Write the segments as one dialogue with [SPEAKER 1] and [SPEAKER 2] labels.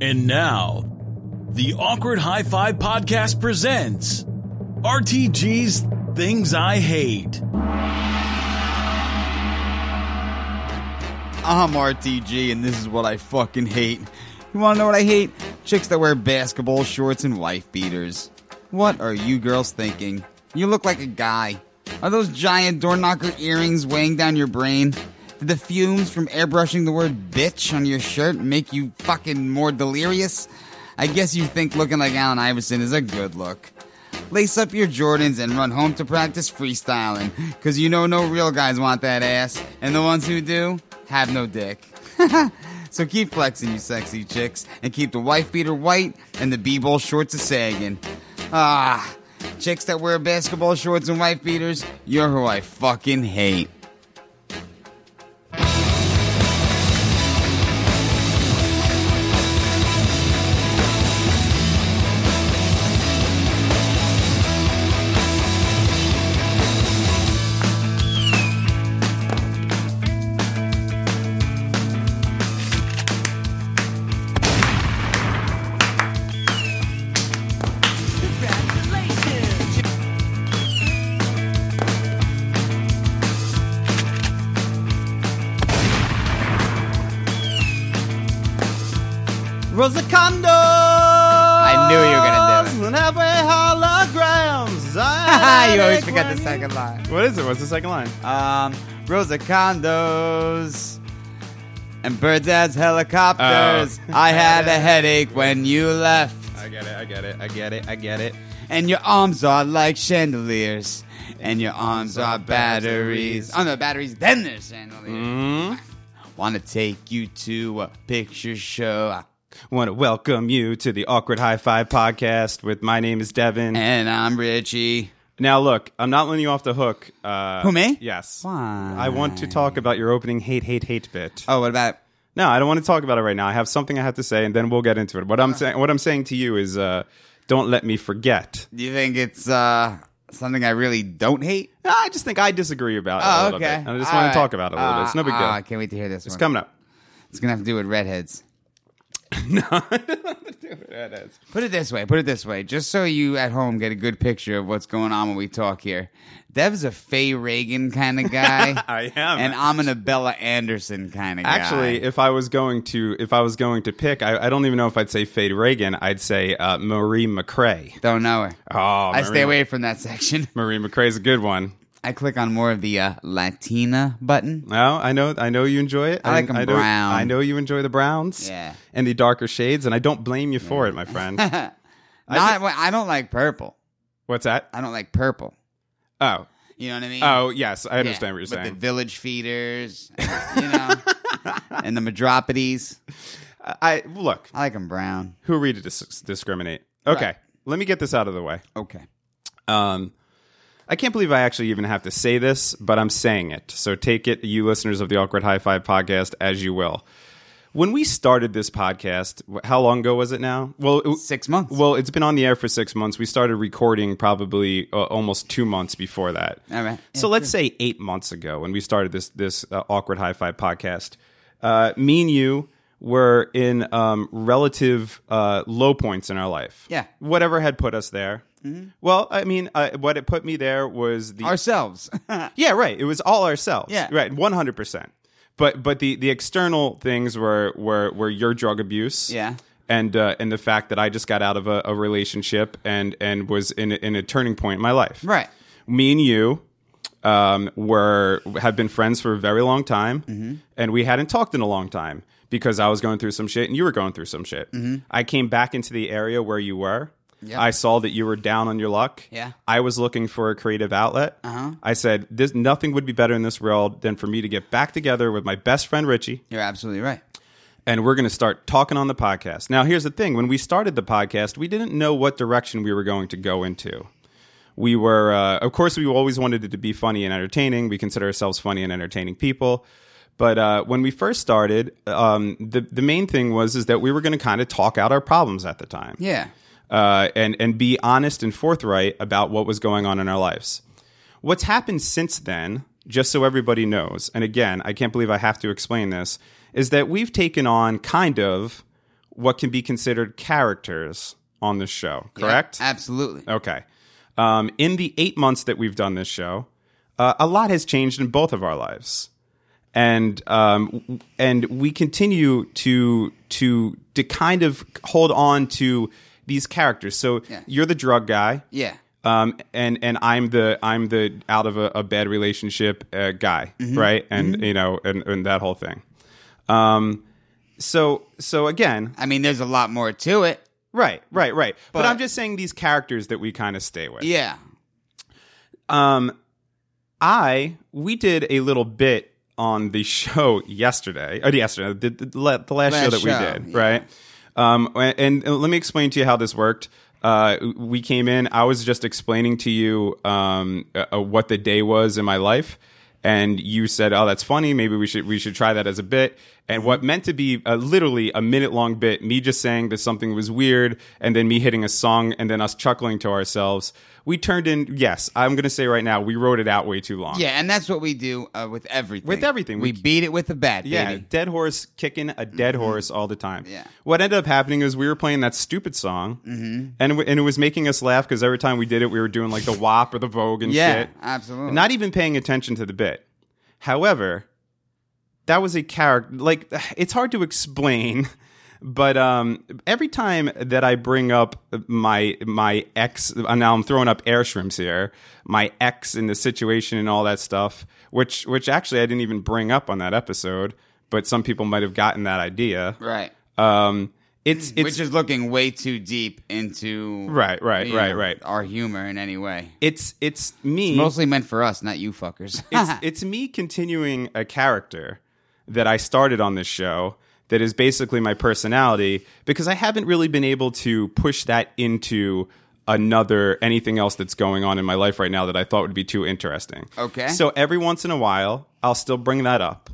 [SPEAKER 1] And now, the Awkward High Five Podcast presents RTG's Things I Hate.
[SPEAKER 2] I'm RTG, and this is what I fucking hate. You wanna know what I hate? Chicks that wear basketball shorts and wife beaters. What are you girls thinking? You look like a guy. Are those giant door knocker earrings weighing down your brain? Did the fumes from airbrushing the word bitch on your shirt make you fucking more delirious? I guess you think looking like Allen Iverson is a good look. Lace up your Jordans and run home to practice freestyling, because you know no real guys want that ass, and the ones who do have no dick. so keep flexing, you sexy chicks, and keep the wife beater white and the b ball shorts a sagging. Ah, chicks that wear basketball shorts and wife beaters, you're who I fucking hate.
[SPEAKER 3] Congratulations.
[SPEAKER 4] Rosacondo!
[SPEAKER 2] I knew you were gonna do it.
[SPEAKER 4] And halfway holograms.
[SPEAKER 1] Ah,
[SPEAKER 2] you always forget the second line.
[SPEAKER 4] What is it? What's the second line?
[SPEAKER 2] Um, Rosa condos and birds as helicopters.
[SPEAKER 4] Oh.
[SPEAKER 2] I had a headache when you left.
[SPEAKER 4] I get it. I get it. I get it. I get it.
[SPEAKER 2] And your arms are like chandeliers. And your arms are batteries. Oh no, batteries, then they're chandeliers.
[SPEAKER 4] Mm.
[SPEAKER 2] Wanna take you to a picture show.
[SPEAKER 4] Want to welcome you to the Awkward High Five podcast with my name is Devin.
[SPEAKER 2] And I'm Richie.
[SPEAKER 4] now, look, I'm not letting you off the hook. Uh,
[SPEAKER 2] Who, me?
[SPEAKER 4] Yes.
[SPEAKER 2] Why?
[SPEAKER 4] I want to talk about your opening hate, hate, hate bit.
[SPEAKER 2] Oh, what about
[SPEAKER 4] No, I don't want to talk about it right now. I have something I have to say, and then we'll get into it. What I'm saying, what I'm saying to you is, uh, don't let me forget.
[SPEAKER 2] do you think it's uh something I really don't hate?
[SPEAKER 4] No, I just think I disagree about it a
[SPEAKER 2] Oh,
[SPEAKER 4] little
[SPEAKER 2] okay.
[SPEAKER 4] bit. And I just
[SPEAKER 2] All
[SPEAKER 4] want
[SPEAKER 2] right.
[SPEAKER 4] to talk about it a little bit. It's no big deal.
[SPEAKER 2] Ah, I can't wait to hear this
[SPEAKER 4] it's
[SPEAKER 2] one.
[SPEAKER 4] coming up.
[SPEAKER 2] It's gonna have to do with redheads.
[SPEAKER 4] There it is.
[SPEAKER 2] Put it this way, put it this way, just so you at home get a good picture of what's going on when we talk here. Dev's a Faye Reagan kind of guy.
[SPEAKER 4] I am.
[SPEAKER 2] and I'm an Abella Anderson kind of guy.
[SPEAKER 4] Actually, if I was going to if I was going to pick, I, I don't even know if I'd say Fade Reagan. I'd say uh, Marie McRae.
[SPEAKER 2] don't know her.
[SPEAKER 4] Oh,
[SPEAKER 2] I
[SPEAKER 4] Marie-
[SPEAKER 2] stay away from that section.
[SPEAKER 4] Marie McRae's a good one.
[SPEAKER 2] I click on more of the uh, Latina button.
[SPEAKER 4] No, I know, I know you enjoy it.
[SPEAKER 2] I like 'em
[SPEAKER 4] know,
[SPEAKER 2] brown.
[SPEAKER 4] I know you enjoy the browns.
[SPEAKER 2] Yeah.
[SPEAKER 4] and the darker shades, and I don't blame you for it, my friend.
[SPEAKER 2] Not, I, don't like purple.
[SPEAKER 4] What's that?
[SPEAKER 2] I don't like purple.
[SPEAKER 4] Oh,
[SPEAKER 2] You know what I mean?
[SPEAKER 4] oh, yes, I
[SPEAKER 2] Yeah.
[SPEAKER 4] understand what you're
[SPEAKER 2] But
[SPEAKER 4] saying.
[SPEAKER 2] the village feeders, you know, and the Madropides.
[SPEAKER 4] I look.
[SPEAKER 2] I like them brown.
[SPEAKER 4] Who are we to dis- discriminate? Okay,
[SPEAKER 2] Right.
[SPEAKER 4] let me get this out of the way.
[SPEAKER 2] Okay.
[SPEAKER 4] Um, I can't believe I actually even have to say this, but I'm saying it. So take it, you listeners of the Awkward High Five podcast, as you will. When we started this podcast, wh- how long ago was it now? Well, it,
[SPEAKER 2] Six months.
[SPEAKER 4] well, it's been on the air for six months. We started recording probably uh, almost two months before that.
[SPEAKER 2] All right.
[SPEAKER 4] So let's say eight months ago when we started this this uh, awkward high five podcast, uh, me and you were in um, relative uh, low points in our life.
[SPEAKER 2] Yeah. Mm-hmm.
[SPEAKER 4] whatever had put us there. Well, I mean, uh, what it put me there was the
[SPEAKER 2] Ourselves.
[SPEAKER 4] yeah, right. It was all ourselves.
[SPEAKER 2] Yeah.
[SPEAKER 4] right, one hundred percent. But but the the external things were were were your drug abuse.
[SPEAKER 2] Yeah.
[SPEAKER 4] And, uh, and the fact that I just got out of a, a relationship and, and was in, a- in a turning point in my life
[SPEAKER 2] right.
[SPEAKER 4] me and you um, were have been friends for a very long time,
[SPEAKER 2] Mm-hmm.
[SPEAKER 4] and we hadn't talked in a long time because I was going through some shit and you were going through some shit. I came back into the area where you were.
[SPEAKER 2] Mm-hmm. Yeah.
[SPEAKER 4] I saw that you were down on your luck.
[SPEAKER 2] Yeah.
[SPEAKER 4] I was looking for a creative outlet. Uh-huh. I said, "This nothing would be better in this world than for me to get back together with my best friend Richie,
[SPEAKER 2] You're absolutely right.
[SPEAKER 4] and we're going to start talking on the podcast. Now, here's the thing when we started the podcast, we didn't know what direction we were going to go into. We were, uh, of course, we always wanted it to be funny and entertaining. We consider ourselves funny and entertaining people. But uh, when we first started, um, the, the main thing was is that we were going to kind of talk out our problems at the time
[SPEAKER 2] Yeah.
[SPEAKER 4] uh, and and be honest and forthright about what was going on in our lives. What's happened since then, just so everybody knows, and again, I can't believe I have to explain this, is that we've taken on kind of what can be considered characters on this show, correct?
[SPEAKER 2] Yeah, absolutely.
[SPEAKER 4] Okay. Um, in the eight months that we've done this show, uh, a lot has changed in both of our lives, and um, w- and we continue to to to kind of hold on to these characters. So
[SPEAKER 2] Yeah.
[SPEAKER 4] you're the drug guy,
[SPEAKER 2] Yeah.
[SPEAKER 4] um, and and I'm the I'm the out of a, a bad relationship uh, guy,
[SPEAKER 2] Mm-hmm.
[SPEAKER 4] right? And you know, and, and that whole thing. Um, so so again,
[SPEAKER 2] I mean, there's a lot more to it.
[SPEAKER 4] right, right, right. But,
[SPEAKER 2] But-
[SPEAKER 4] I'm just saying these characters that we kind of stay with.
[SPEAKER 2] Yeah.
[SPEAKER 4] Um, I we did a little bit on the show yesterday. Or yesterday, the, the, the last, show that
[SPEAKER 2] show,
[SPEAKER 4] we did,
[SPEAKER 2] yeah.
[SPEAKER 4] right? Um, and, and let me explain to you how this worked. Uh, we came in. I was just explaining to you um, uh, what the day was in my life, and you said, "Oh, that's funny. Maybe we should we should try that as a bit." And what meant to be uh, literally a minute long bit, me just saying that something was weird, and then me hitting a song, and then us chuckling to ourselves. We turned in. Yes, I'm going to say right now, we wrote it out way too long.
[SPEAKER 2] Yeah, and that's what we do uh, with everything.
[SPEAKER 4] With everything.
[SPEAKER 2] We,
[SPEAKER 4] We-
[SPEAKER 2] beat it with a bat,
[SPEAKER 4] Yeah,
[SPEAKER 2] baby. Mm-hmm.
[SPEAKER 4] dead horse kicking a dead horse all the time.
[SPEAKER 2] Yeah.
[SPEAKER 4] What ended up happening is we were playing that stupid song,
[SPEAKER 2] Mm-hmm.
[SPEAKER 4] and it, and it was making us laugh because every time we did it, we were doing like the WAP or the Vogue and
[SPEAKER 2] Yeah,
[SPEAKER 4] shit.
[SPEAKER 2] absolutely.
[SPEAKER 4] Not even paying attention to the bit. However, that was a character. Like it's hard to explain, but um, every time that I bring up my my ex, uh, now I'm throwing up air shrimps here. My ex in the situation and all that stuff, which which actually I didn't even bring up on that episode, but some people might have gotten that idea.
[SPEAKER 2] Right.
[SPEAKER 4] Um, it's it's
[SPEAKER 2] Which is looking way too deep into
[SPEAKER 4] Right, right,
[SPEAKER 2] you
[SPEAKER 4] right, right.
[SPEAKER 2] our humor in any way.
[SPEAKER 4] it's it's me.
[SPEAKER 2] Mostly meant for us, not you fuckers.
[SPEAKER 4] it's, it's me continuing a character that I started on this show that is basically my personality because I haven't really been able to push that into another anything else that's going on in my life right now that I thought would be too interesting.
[SPEAKER 2] Okay.
[SPEAKER 4] So every once in a while, I'll still bring that up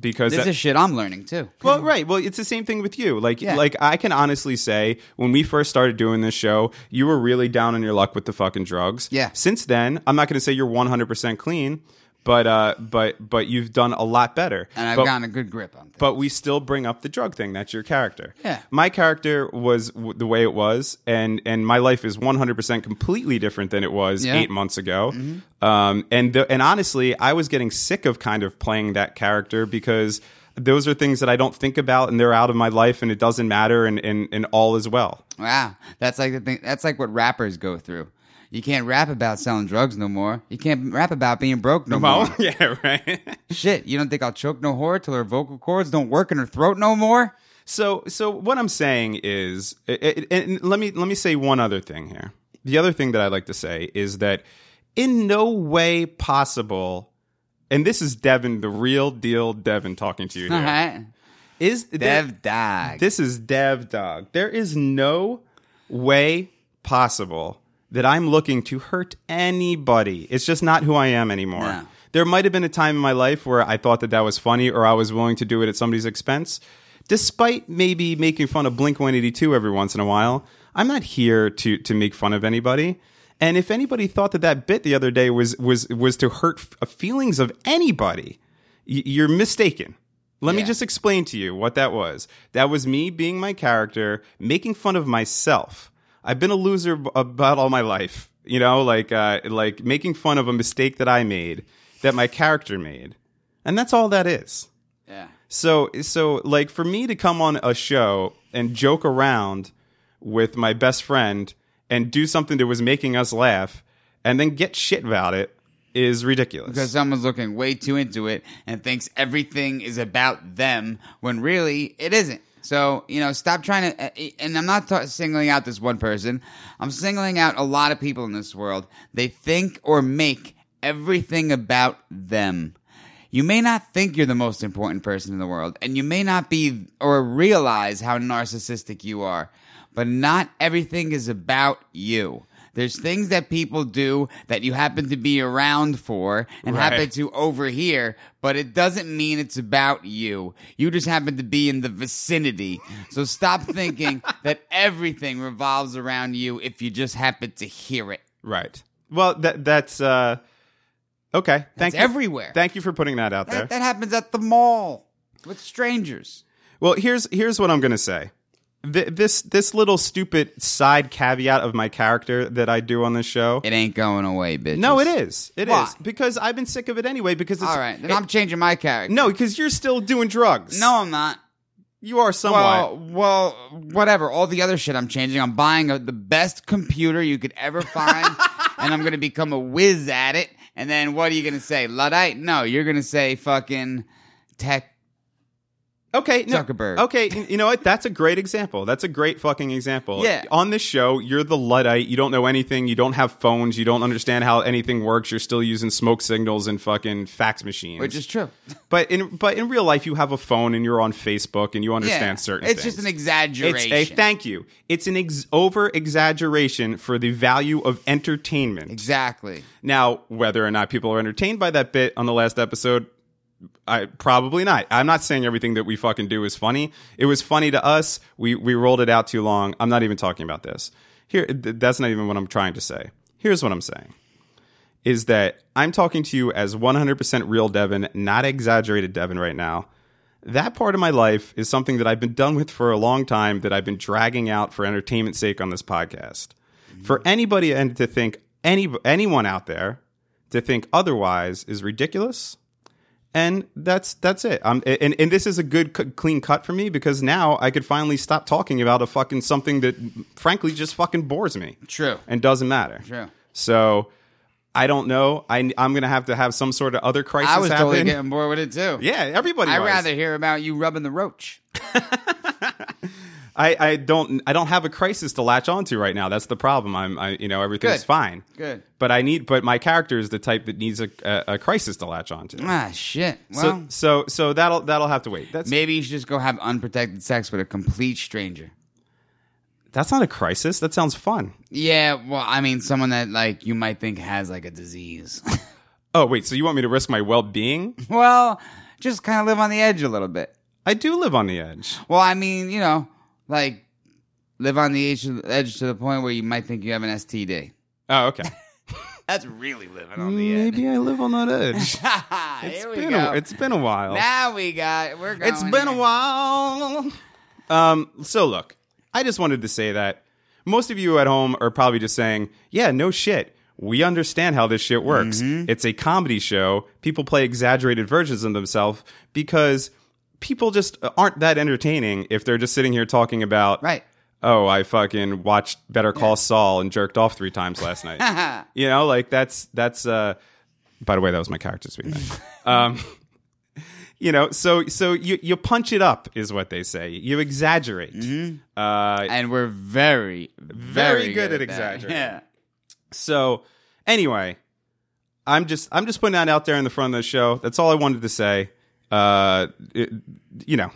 [SPEAKER 4] because
[SPEAKER 2] this
[SPEAKER 4] that-
[SPEAKER 2] is shit I'm learning too.
[SPEAKER 4] well, right. Well, it's the same thing with you. Like,
[SPEAKER 2] Yeah.
[SPEAKER 4] like I can honestly say, when we first started doing this show, you were really down on your luck with the fucking drugs.
[SPEAKER 2] Yeah.
[SPEAKER 4] Since then, I'm not going to say you're 100 percent clean, but uh, but but you've done a lot better.
[SPEAKER 2] And I've
[SPEAKER 4] but,
[SPEAKER 2] gotten a good grip on things.
[SPEAKER 4] But we still bring up the drug thing. That's your character.
[SPEAKER 2] Yeah.
[SPEAKER 4] My character was w- the way it was, and and my life is 100 percent completely different than it was
[SPEAKER 2] Yeah. Mm-hmm.
[SPEAKER 4] eight months ago. Um, and the, and honestly, I was getting sick of kind of playing that character because those are things that I don't think about, and they're out of my life, and it doesn't matter, and and, and all is well.
[SPEAKER 2] Wow, that's like the thing. That's like what rappers go through. You can't rap about selling drugs no more. You can't rap about being broke no more.
[SPEAKER 4] yeah, right.
[SPEAKER 2] Shit, you don't think I'll choke no whore till her vocal cords don't work in her throat no more?
[SPEAKER 4] So, so what I'm saying is, it, it, and let me let me say one other thing here. The other thing that I'd like to say is that in no way possible, and this is Devin, the real deal Devin talking to you
[SPEAKER 2] All
[SPEAKER 4] here,
[SPEAKER 2] right,
[SPEAKER 4] is there-
[SPEAKER 2] Dev Dog.
[SPEAKER 4] this is Dev Dog. There is no way possible that I'm looking to hurt anybody. It's just not who I am anymore.
[SPEAKER 2] No.
[SPEAKER 4] There might have been a time in my life where I thought that that was funny or I was willing to do it at somebody's expense. Despite maybe making fun of Blink 182 every once in a while, I'm not here to to make fun of anybody. And if anybody thought that that bit the other day was was was to hurt f- uh, feelings of anybody, y- you're mistaken. Let me
[SPEAKER 2] Yeah.
[SPEAKER 4] just explain to you what that was. That was me being my character, making fun of myself. I've been a loser b- about all my life, you know, like uh, like making fun of a mistake that I made, that my character made, and that's all that is.
[SPEAKER 2] yeah.
[SPEAKER 4] So so like for me to come on a show and joke around with my best friend and do something that was making us laugh, and then get shit about it is ridiculous.
[SPEAKER 2] Because someone's looking way too into it and thinks everything is about them when really it isn't. So, you know, stop trying to. eh, And I'm not ta- singling out this one person, I'm singling out a lot of people in this world. They think or make everything about them. You may not think you're the most important person in the world, and you may not be or realize how narcissistic you are, but not everything is about you. There's things that people do that you happen to be around for and
[SPEAKER 4] Right.
[SPEAKER 2] happen to overhear, but it doesn't mean it's about you. You just happen to be in the vicinity. So stop thinking that everything revolves around you if you just happen to hear it.
[SPEAKER 4] Right. Well, that that's uh okay. Thank
[SPEAKER 2] It's
[SPEAKER 4] you.
[SPEAKER 2] everywhere.
[SPEAKER 4] Thank you for putting that out there.
[SPEAKER 2] that, that happens at the mall with strangers.
[SPEAKER 4] Well, here's here's what I'm going to say. th- this this little stupid side caveat of my character that I do on this show.
[SPEAKER 2] It ain't going away, bitch.
[SPEAKER 4] no, it is. It is
[SPEAKER 2] Why?
[SPEAKER 4] because I've been sick of it anyway. Because it's,
[SPEAKER 2] All right, then
[SPEAKER 4] it-
[SPEAKER 2] I'm changing my character.
[SPEAKER 4] no, because you're still doing drugs.
[SPEAKER 2] no, I'm not.
[SPEAKER 4] you are somewhat.
[SPEAKER 2] Well, well, whatever. All the other shit I'm changing. I'm buying a, the best computer you could ever find, and I'm gonna become a whiz at it. And then what are you gonna say, luddite? No, you're gonna say fucking tech.
[SPEAKER 4] Okay, no-
[SPEAKER 2] Zuckerberg.
[SPEAKER 4] Okay, y- you know what? That's a great example. That's a great fucking example.
[SPEAKER 2] Yeah.
[SPEAKER 4] On this show, you're the luddite. You don't know anything. You don't have phones. You don't understand how anything works. You're still using smoke signals and fucking fax machines.
[SPEAKER 2] Which is true.
[SPEAKER 4] but in but in real life, you have a phone and you're on Facebook and you understand certain.
[SPEAKER 2] It's
[SPEAKER 4] things.
[SPEAKER 2] just an
[SPEAKER 4] It's
[SPEAKER 2] exaggeration.
[SPEAKER 4] a thank you. It's an ex- over exaggeration for the value of entertainment.
[SPEAKER 2] exactly.
[SPEAKER 4] Now, whether or not people are entertained by that bit on the last episode, I probably not. I'm not saying everything that we fucking do is funny. It was funny to us. We we rolled it out too long. I'm not even talking about this. Here th- that's not even what I'm trying to say. Here's what I'm saying. Is that I'm talking to you as 100% real Devin, not exaggerated Devin right now. That part of my life is something that I've been done with for a long time that I've been dragging out for entertainment's sake on this podcast for anybody and to think any anyone out there to think otherwise is ridiculous and that's that's it um and, and this is a good c- clean cut for me because now i could finally stop talking about a fucking something that frankly just fucking bores me
[SPEAKER 2] True.
[SPEAKER 4] and doesn't matter
[SPEAKER 2] True.
[SPEAKER 4] so i don't know I, i'm gonna have to have some sort of other crisis
[SPEAKER 2] I was
[SPEAKER 4] happen
[SPEAKER 2] totally getting bored with it too.
[SPEAKER 4] yeah everybody
[SPEAKER 2] I'd
[SPEAKER 4] was.
[SPEAKER 2] rather hear about you rubbing the roach.
[SPEAKER 4] I, I don't i don't have a crisis to latch onto right now that's the problem i'm I, you know everything's
[SPEAKER 2] Good.
[SPEAKER 4] fine
[SPEAKER 2] Good.
[SPEAKER 4] but I need, but my character is the type that needs a, a, a crisis to latch onto.
[SPEAKER 2] Ah, shit. Well,
[SPEAKER 4] So, so, so that'll that'll have to wait. That's
[SPEAKER 2] maybe you should just go have unprotected sex with a complete stranger.
[SPEAKER 4] that's not a crisis. That sounds fun.
[SPEAKER 2] Yeah, well, I mean, someone that like you might think has like a disease.
[SPEAKER 4] Oh wait, so you want me to risk my well being?
[SPEAKER 2] well, just kind of live on the edge a little bit.
[SPEAKER 4] I do live on the edge.
[SPEAKER 2] Well, I mean, you know, like live on the edge, edge to the point where you might think you have an STD.
[SPEAKER 4] Oh okay.
[SPEAKER 2] That's really living on the edge.
[SPEAKER 4] Maybe I live on that edge. It's
[SPEAKER 2] Here we
[SPEAKER 4] been
[SPEAKER 2] go.
[SPEAKER 4] a, it's been a while.
[SPEAKER 2] now we got we're going.
[SPEAKER 4] It's been a
[SPEAKER 2] in.
[SPEAKER 4] while. Um, so look, I just wanted to say that most of you at home are probably just saying, "Yeah, no shit." We understand how this shit works. It's a comedy show. People play exaggerated versions of themselves because people just aren't that entertaining if they're just sitting here talking about,
[SPEAKER 2] Right.
[SPEAKER 4] "Oh, I fucking watched Better Call Saul and jerked off three times last night." you know, like that's that's uh by the way, that was my character speaking. um, you know, so so you you punch it up is what they say. You exaggerate. Uh,
[SPEAKER 2] And we're very, very,
[SPEAKER 4] Very good at
[SPEAKER 2] that.
[SPEAKER 4] exaggerating.
[SPEAKER 2] Yeah.
[SPEAKER 4] so anyway, I'm just I'm just putting that out there in the front of the show. That's all I wanted to say. Uh, it- you know,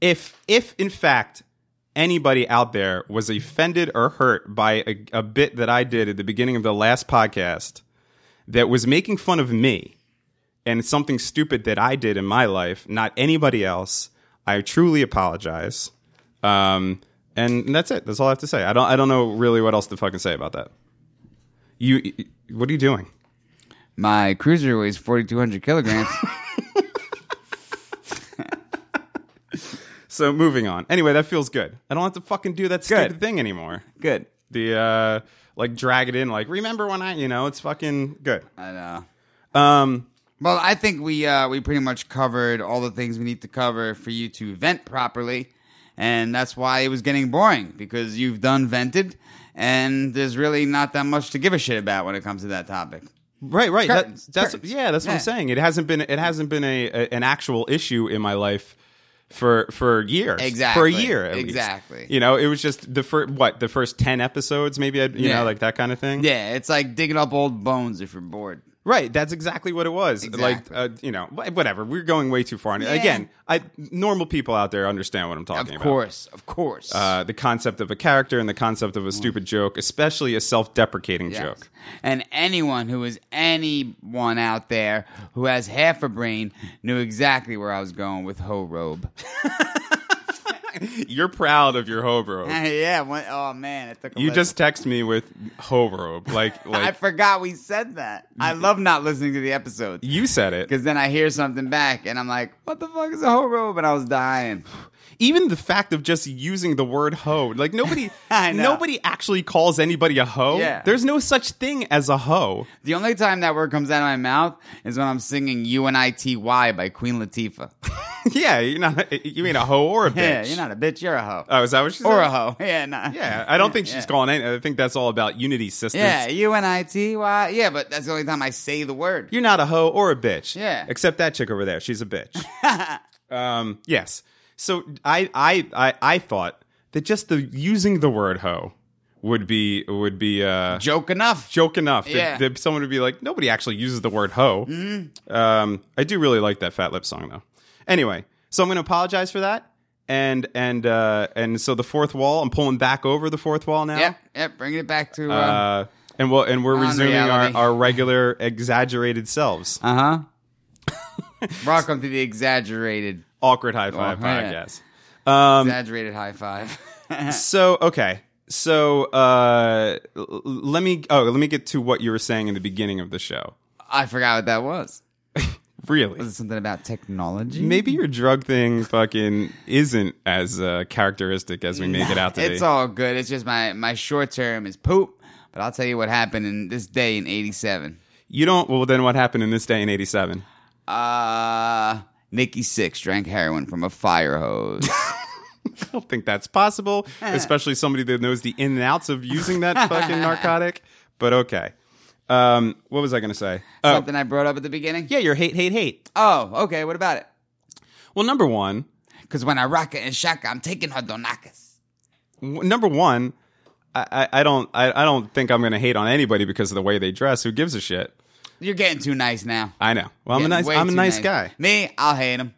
[SPEAKER 4] if if in fact anybody out there was offended or hurt by a, a bit that I did at the beginning of the last podcast that was making fun of me and something stupid that I did in my life, not anybody else, I truly apologize. Um, and that's it. That's all I have to say. I don't I don't know really what else to fucking say about that. You what are you doing?
[SPEAKER 2] My cruiser weighs forty two hundred kilograms.
[SPEAKER 4] So moving on. Anyway, that feels good. I don't have to fucking do that stupid
[SPEAKER 2] Good.
[SPEAKER 4] thing anymore.
[SPEAKER 2] good.
[SPEAKER 4] The uh like drag it in like remember when I, you know, it's fucking good.
[SPEAKER 2] I know.
[SPEAKER 4] Um
[SPEAKER 2] Well, I think we uh, we pretty much covered all the things we need to cover for you to vent properly, and that's why it was getting boring because you've done vented, and there's really not that much to give a shit about when it comes to that topic.
[SPEAKER 4] Right, right. That-
[SPEAKER 2] Curtains,
[SPEAKER 4] that's
[SPEAKER 2] curtains.
[SPEAKER 4] yeah. That's what
[SPEAKER 2] Yeah.
[SPEAKER 4] I'm saying. It hasn't been it hasn't been a, a- an actual issue in my life for for years. for a
[SPEAKER 2] Exactly.
[SPEAKER 4] year at least.
[SPEAKER 2] Exactly.
[SPEAKER 4] You know, it was just the first what the first ten episodes, maybe. I, you
[SPEAKER 2] Yeah.
[SPEAKER 4] know, like that kind of thing.
[SPEAKER 2] Yeah, it's like digging up old bones if you're bored.
[SPEAKER 4] Right. That's exactly what it was.
[SPEAKER 2] Exactly.
[SPEAKER 4] Like uh, you know, wh- whatever. We're going way too far. And
[SPEAKER 2] Yeah.
[SPEAKER 4] Again, I normal people out there understand what I'm
[SPEAKER 2] Of
[SPEAKER 4] talking about.
[SPEAKER 2] course, of course.
[SPEAKER 4] Uh, the concept of a character and the concept of a stupid joke, especially a self-deprecating
[SPEAKER 2] Mm. Yes.
[SPEAKER 4] joke.
[SPEAKER 2] And anyone who is anyone out there who has half a brain knew exactly where I was going with Ho Robe.
[SPEAKER 4] You're proud of your hover.
[SPEAKER 2] yeah. When, oh man, it took. A
[SPEAKER 4] You
[SPEAKER 2] list.
[SPEAKER 4] just text me with hover like
[SPEAKER 2] I
[SPEAKER 4] like
[SPEAKER 2] forgot we said that. I love not listening to the episodes
[SPEAKER 4] you said it.
[SPEAKER 2] because then I hear something back and I'm like, "What the fuck is a hoe robe?" And I was dying.
[SPEAKER 4] Even the fact of just using the word hoe, like nobody
[SPEAKER 2] I know.
[SPEAKER 4] nobody actually calls anybody a hoe.
[SPEAKER 2] Yeah.
[SPEAKER 4] There's no such thing as a hoe.
[SPEAKER 2] The only time that word comes out of my mouth is when I'm singing "UNITY" by Queen Latifah.
[SPEAKER 4] yeah, you're not you ain't a hoe or a bitch.
[SPEAKER 2] Yeah, you're not a bitch. You're a hoe.
[SPEAKER 4] Oh, is that what she said?
[SPEAKER 2] or a hoe. Yeah, nah.
[SPEAKER 4] Yeah, I don't think she's
[SPEAKER 2] Yeah.
[SPEAKER 4] calling any. I think that's all about unity sisters.
[SPEAKER 2] Yeah, U N I T Y. Yeah, but that's the only time I say the word.
[SPEAKER 4] You're not a hoe or a bitch.
[SPEAKER 2] Yeah.
[SPEAKER 4] Except that chick over there. She's a bitch. um, yes. So I, I I I thought that just the using the word hoe would be would be uh
[SPEAKER 2] Joke enough.
[SPEAKER 4] joke enough that,
[SPEAKER 2] Yeah. Mm-hmm.
[SPEAKER 4] that someone would be like, nobody actually uses the word hoe. Um, I do really like that Fat Lip song though. Anyway, so I'm going to apologize for that, and and uh, and so the fourth wall, I'm pulling back over the fourth wall now.
[SPEAKER 2] Yep, yep. Bringing it back to uh
[SPEAKER 4] Uh, and we'll, and we're
[SPEAKER 2] On
[SPEAKER 4] resuming our,
[SPEAKER 2] reality.
[SPEAKER 4] our regular exaggerated selves.
[SPEAKER 2] huh. Welcome uh-huh. to the exaggerated,
[SPEAKER 4] Awkward high five
[SPEAKER 2] Oh, yeah.
[SPEAKER 4] podcast. Um,
[SPEAKER 2] exaggerated high five.
[SPEAKER 4] so okay so uh l- l- let me oh let me get to what you were saying in the beginning of the show
[SPEAKER 2] I forgot what that was.
[SPEAKER 4] really
[SPEAKER 2] Was it something about technology?
[SPEAKER 4] maybe your drug thing fucking isn't as uh characteristic as we make it out to
[SPEAKER 2] It's
[SPEAKER 4] be
[SPEAKER 2] all good. It's just my my short term is poop. But I'll tell you what happened in this day in '87.
[SPEAKER 4] you don't well then what happened in this day in 87
[SPEAKER 2] Uh, Nikki Six drank heroin from a fire hose.
[SPEAKER 4] i don't think that's possible especially somebody that knows the in and outs of using that fucking narcotic but okay um what was i gonna say oh
[SPEAKER 2] Something I brought up at the beginning.
[SPEAKER 4] yeah your hate hate hate
[SPEAKER 2] Oh, okay. What about it?
[SPEAKER 4] well number one
[SPEAKER 2] Because when I rock it and shock, it, I'm taking her donakas.
[SPEAKER 4] w- number one, I, I, I don't I, I don't think I'm gonna hate on anybody because of the way they dress. Who gives a shit?
[SPEAKER 2] You're getting too nice now.
[SPEAKER 4] I know. Well, I'm a
[SPEAKER 2] Getting
[SPEAKER 4] nice
[SPEAKER 2] way
[SPEAKER 4] I'm a
[SPEAKER 2] too
[SPEAKER 4] nice, guy.
[SPEAKER 2] Me, I'll hate him.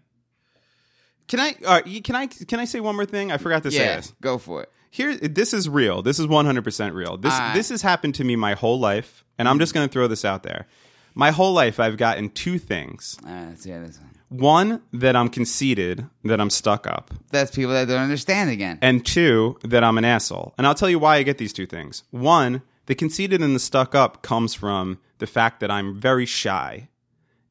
[SPEAKER 4] Can I all right, you- can I can I say one more thing? I forgot to say
[SPEAKER 2] Yeah,
[SPEAKER 4] this.
[SPEAKER 2] go for it.
[SPEAKER 4] Here, this is real. This is 100 percent real. This
[SPEAKER 2] Alright.
[SPEAKER 4] this has happened to me my whole life, and I'm just gonna throw this out there. My whole life, I've gotten two things.
[SPEAKER 2] All right, let's hear this one.
[SPEAKER 4] One that I'm conceited, that I'm stuck up,
[SPEAKER 2] That's people that don't understand again.
[SPEAKER 4] and two that I'm an asshole. And I'll tell you why I get these two things. One, the conceited and the stuck up comes from the fact that I'm very shy,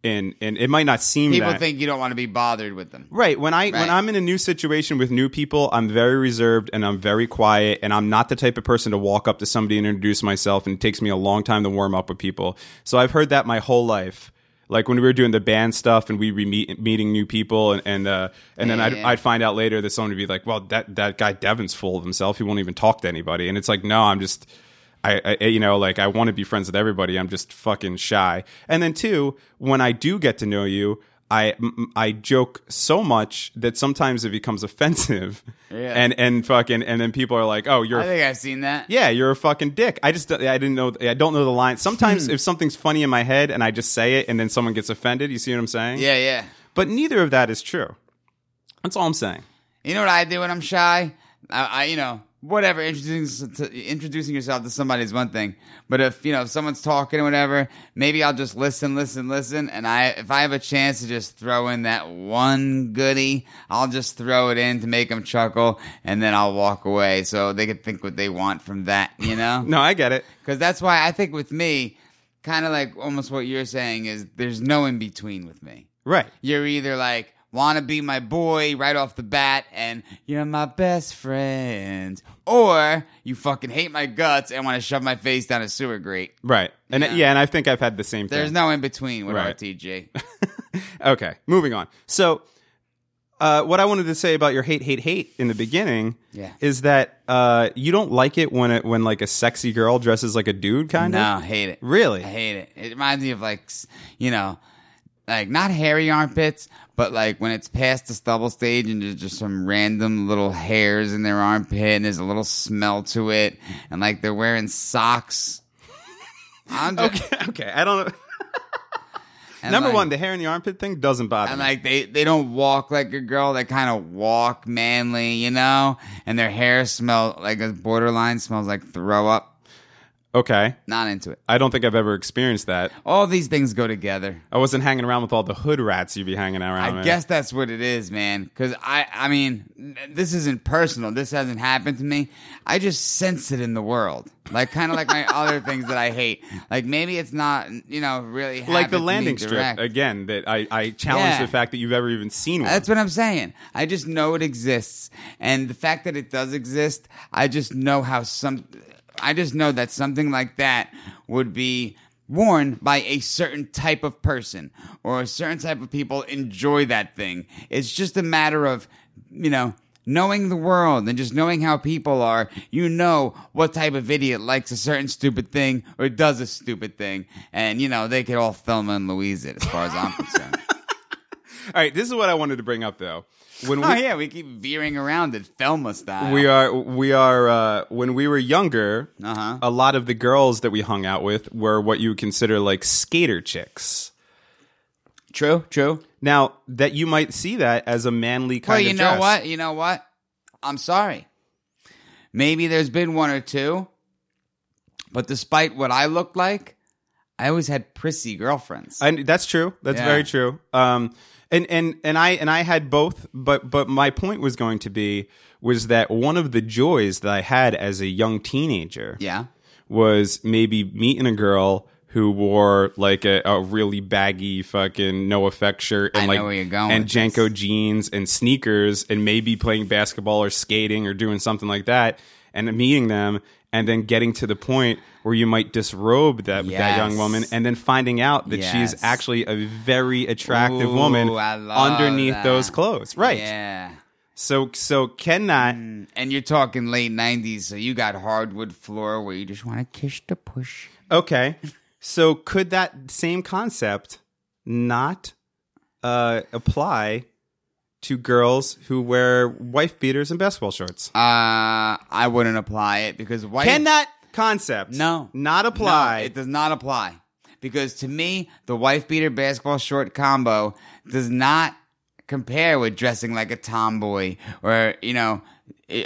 [SPEAKER 4] and and it might not seem
[SPEAKER 2] People
[SPEAKER 4] that.
[SPEAKER 2] think you don't want to be bothered with them.
[SPEAKER 4] Right when I when
[SPEAKER 2] Right.
[SPEAKER 4] I'm in a new situation with new people, I'm very reserved and I'm very quiet, and I'm not the type of person to walk up to somebody and introduce myself. And it takes me a long time to warm up with people. So I've heard that my whole life. Like when we were doing the band stuff and we were meet, meeting new people, and and, uh, and then I'd,
[SPEAKER 2] Yeah.
[SPEAKER 4] I'd find out later that someone would be like, "Well, that that guy Devin's full of himself. He won't even talk to anybody." And it's like, no, I'm just. I, I you know like I want to be friends with everybody. I'm just fucking shy. And then two, when I do get to know you, I m- I joke so much that sometimes it becomes offensive.
[SPEAKER 2] Yeah.
[SPEAKER 4] And and fucking and then people are like, "Oh, you're
[SPEAKER 2] I think I've seen that.
[SPEAKER 4] yeah, you're a fucking dick." I just I didn't know I don't know the line. Sometimes
[SPEAKER 2] Hmm.
[SPEAKER 4] if something's funny in my head and I just say it and then someone gets offended, you see what I'm saying?
[SPEAKER 2] yeah, yeah.
[SPEAKER 4] But neither of that is true. That's all I'm saying.
[SPEAKER 2] You know what I do when I'm shy? I, I you know, whatever. Introducing to, introducing yourself to somebody is one thing, but if you know if someone's talking or whatever, maybe I'll just listen, listen, listen, and I if I have a chance to just throw in that one goodie, I'll just throw it in to make them chuckle, and then I'll walk away so they could think what they want from that, you know?
[SPEAKER 4] No, I get it.
[SPEAKER 2] Because that's why I think with me, kind of like almost what you're saying is there's no in between with me
[SPEAKER 4] Right.
[SPEAKER 2] you're either like wanna be my boy right off the bat and you're my best friend or you fucking hate my guts and want to shove my face down a sewer grate
[SPEAKER 4] Right. And yeah,
[SPEAKER 2] Yeah.
[SPEAKER 4] and I think I've had the same thing.
[SPEAKER 2] there's no in between with
[SPEAKER 4] Right.
[SPEAKER 2] rtj
[SPEAKER 4] okay, moving on. So, uh, what I wanted to say about your hate, hate, hate in the beginning
[SPEAKER 2] Yeah.
[SPEAKER 4] is that uh, you don't like it when it when like a sexy girl dresses like a dude, kind
[SPEAKER 2] no
[SPEAKER 4] of.
[SPEAKER 2] hate it
[SPEAKER 4] Really?
[SPEAKER 2] i hate it it reminds me of like s- you know like not hairy armpits but like when it's past the stubble stage and there's just some random little hairs in their armpit and there's a little smell to it and like they're wearing socks I'm just,
[SPEAKER 4] Okay, okay. I don't.
[SPEAKER 2] and,
[SPEAKER 4] Number
[SPEAKER 2] like-
[SPEAKER 4] one, the hair in the armpit thing doesn't bother
[SPEAKER 2] and
[SPEAKER 4] me.
[SPEAKER 2] like they they don't walk like a girl they kind of walk manly you know and their hair smell like a borderline smells like throw up
[SPEAKER 4] Okay.
[SPEAKER 2] Not into it.
[SPEAKER 4] I don't think I've ever experienced that.
[SPEAKER 2] All these things go together.
[SPEAKER 4] I wasn't hanging around with all the hood rats you'd be hanging around
[SPEAKER 2] I
[SPEAKER 4] with.
[SPEAKER 2] guess that's what it is, man. Because I, I mean, this isn't personal. This hasn't happened to me. I just sense it in the world, like kind of like my other things that I hate. Like maybe it's not, you know, really
[SPEAKER 4] Like
[SPEAKER 2] happened to
[SPEAKER 4] the
[SPEAKER 2] me
[SPEAKER 4] landing strip,
[SPEAKER 2] direct.
[SPEAKER 4] again, that I, I challenge
[SPEAKER 2] Yeah.
[SPEAKER 4] the fact that you've ever even seen one.
[SPEAKER 2] That's what I'm saying. I just know it exists, and the fact that it does exist, I just know how some. I just know that something like that would be worn by a certain type of person or a certain type of people enjoy that thing. It's just a matter of, you know, knowing the world and just knowing how people are, you know what type of idiot likes a certain stupid thing or does a stupid thing. And, you know, they could all Thelma and Louise it as far as I'm concerned.
[SPEAKER 4] All right, this is what I wanted to bring up though. When we
[SPEAKER 2] Oh yeah, we keep veering around it, Thelma style.
[SPEAKER 4] we are we are uh, when we were younger,
[SPEAKER 2] Uh-huh.
[SPEAKER 4] a lot of the girls that we hung out with were what you would consider like skater chicks.
[SPEAKER 2] true, true.
[SPEAKER 4] Now that you might see that as a manly kind
[SPEAKER 2] Well,
[SPEAKER 4] of
[SPEAKER 2] you know
[SPEAKER 4] dress.
[SPEAKER 2] what? You know what? I'm sorry. Maybe there's been one or two, but despite what I looked like, I always had prissy girlfriends.
[SPEAKER 4] I, that's true. That's
[SPEAKER 2] Yeah.
[SPEAKER 4] very true. Um, and and and I and I had both, but but my point was going to be was that one of the joys that I had as a young teenager
[SPEAKER 2] yeah,
[SPEAKER 4] was maybe meeting a girl who wore like a, a really baggy fucking no effect shirt and
[SPEAKER 2] I
[SPEAKER 4] like
[SPEAKER 2] know where you're going
[SPEAKER 4] and
[SPEAKER 2] with
[SPEAKER 4] Janko jeans and sneakers and maybe playing basketball or skating or doing something like that and meeting them and then getting to the point where you might disrobe that that
[SPEAKER 2] Yes.
[SPEAKER 4] young woman and then finding out that she's
[SPEAKER 2] Yes.
[SPEAKER 4] actually a very attractive woman
[SPEAKER 2] Ooh, I love
[SPEAKER 4] underneath
[SPEAKER 2] that.
[SPEAKER 4] those clothes. Right.
[SPEAKER 2] Yeah, Mm,
[SPEAKER 4] So so can that
[SPEAKER 2] and you're talking late '90s, so you got hardwood floor where you just want to kiss the push.
[SPEAKER 4] Okay. So could that same concept not uh, apply to girls who wear wife beaters and basketball shorts?
[SPEAKER 2] Uh, I wouldn't apply it because white.
[SPEAKER 4] Can that concept
[SPEAKER 2] No.
[SPEAKER 4] not
[SPEAKER 2] No,
[SPEAKER 4] apply?
[SPEAKER 2] it does not apply. Because to me, the wife beater basketball short combo does not compare with dressing like a tomboy or, you know,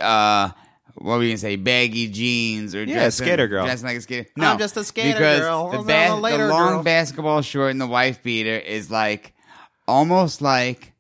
[SPEAKER 2] uh, what were you gonna say? Baggy jeans or
[SPEAKER 4] Yeah,
[SPEAKER 2] dressing,
[SPEAKER 4] skater girl.
[SPEAKER 2] dressing like a skater.
[SPEAKER 4] I'm
[SPEAKER 2] No,
[SPEAKER 4] just a skater
[SPEAKER 2] because
[SPEAKER 4] girl.
[SPEAKER 2] The,
[SPEAKER 4] I'm a
[SPEAKER 2] bas- the
[SPEAKER 4] later
[SPEAKER 2] long
[SPEAKER 4] girl.
[SPEAKER 2] basketball short and the wife beater is like almost like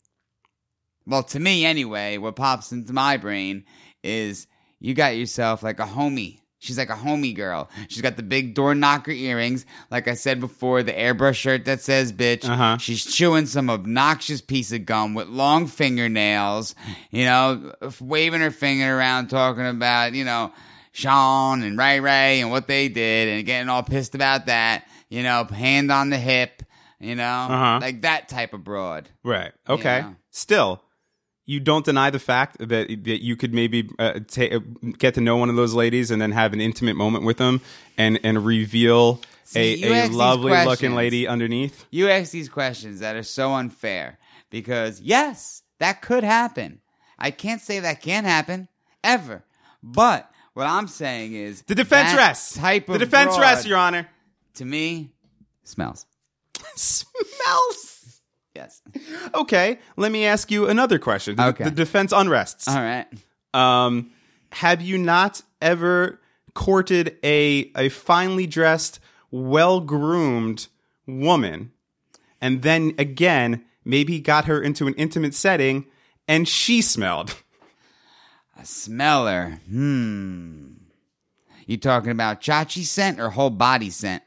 [SPEAKER 2] well, to me anyway, what pops into my brain is you got yourself like a homie. She's like a homie girl. She's got the big door knocker earrings. Like I said before, the airbrush shirt that says bitch.
[SPEAKER 4] Uh-huh.
[SPEAKER 2] She's chewing some obnoxious piece of gum with long fingernails, you know, f- waving her finger around, talking about, you know, Sean and Ray Ray and what they did and getting all pissed about that, you know, hand on the hip, you know,
[SPEAKER 4] Uh-huh.
[SPEAKER 2] like that type of broad.
[SPEAKER 4] right. Okay.
[SPEAKER 2] Yeah.
[SPEAKER 4] Still, you don't deny the fact that that you could maybe uh, ta- get to know one of those ladies and then have an intimate moment with them and and reveal
[SPEAKER 2] See, you
[SPEAKER 4] a,
[SPEAKER 2] ask
[SPEAKER 4] a
[SPEAKER 2] these
[SPEAKER 4] lovely looking
[SPEAKER 2] questions.
[SPEAKER 4] lady underneath.
[SPEAKER 2] You ask these questions that are so unfair because, yes, that could happen. I can't say that can't happen ever. But what I'm saying is
[SPEAKER 4] The defense
[SPEAKER 2] that
[SPEAKER 4] rest.
[SPEAKER 2] Type of
[SPEAKER 4] the defense
[SPEAKER 2] broad,
[SPEAKER 4] rest, Your Honor.
[SPEAKER 2] to me smells.
[SPEAKER 4] Smells.
[SPEAKER 2] Yes.
[SPEAKER 4] Okay, let me ask you another question. The,
[SPEAKER 2] Okay.
[SPEAKER 4] the defense unrests.
[SPEAKER 2] All right.
[SPEAKER 4] Um, have you not ever courted a a finely dressed, well groomed woman, and then again maybe got her into an intimate setting, and she smelled?
[SPEAKER 2] A smeller. Hmm. You talking about chachi scent or whole body scent?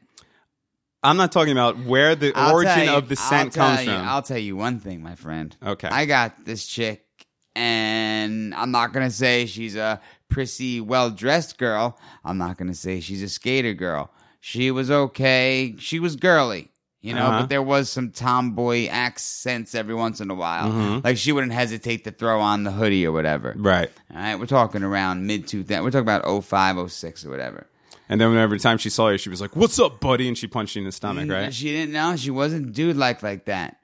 [SPEAKER 4] I'm not talking about where the
[SPEAKER 2] I'll
[SPEAKER 4] origin
[SPEAKER 2] tell you-
[SPEAKER 4] of the scent
[SPEAKER 2] I'll tell
[SPEAKER 4] comes
[SPEAKER 2] you-
[SPEAKER 4] from.
[SPEAKER 2] I'll tell you one thing, my friend.
[SPEAKER 4] Okay.
[SPEAKER 2] I got this chick, and I'm not gonna say she's a prissy, well dressed girl. I'm not gonna say she's a skater girl. She was okay. She was girly. You know,
[SPEAKER 4] Uh-huh.
[SPEAKER 2] but there was some tomboy accents every once in a while.
[SPEAKER 4] Mm-hmm.
[SPEAKER 2] Like she wouldn't hesitate to throw on the hoodie or whatever.
[SPEAKER 4] right.
[SPEAKER 2] All right, we're talking around mid 2000. We're talking about 05, 06 or whatever.
[SPEAKER 4] And then every time she saw you, she was like, "What's up, buddy?" and she punched you in the stomach. Right.
[SPEAKER 2] She didn't know. She wasn't dude like like that.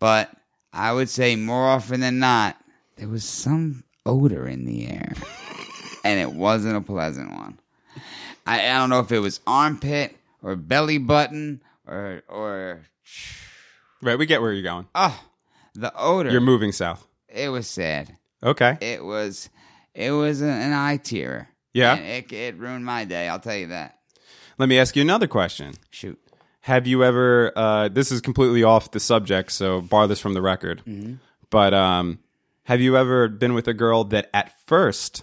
[SPEAKER 2] But I would say more often than not, there was some odor in the air, and it wasn't a pleasant one. I, I don't know if it was armpit or belly button or or
[SPEAKER 4] Right. We get where you're going.
[SPEAKER 2] oh the odor.
[SPEAKER 4] You're moving south.
[SPEAKER 2] it was sad.
[SPEAKER 4] Okay.
[SPEAKER 2] It was it was an eye tearer.
[SPEAKER 4] Yeah.
[SPEAKER 2] And it it ruined my day. I'll tell you that.
[SPEAKER 4] Let me ask you another question.
[SPEAKER 2] Shoot.
[SPEAKER 4] Have you ever? Uh, this is completely off the subject, so bar this from the record.
[SPEAKER 2] Mm-hmm.
[SPEAKER 4] But um, have you ever been with a girl that at first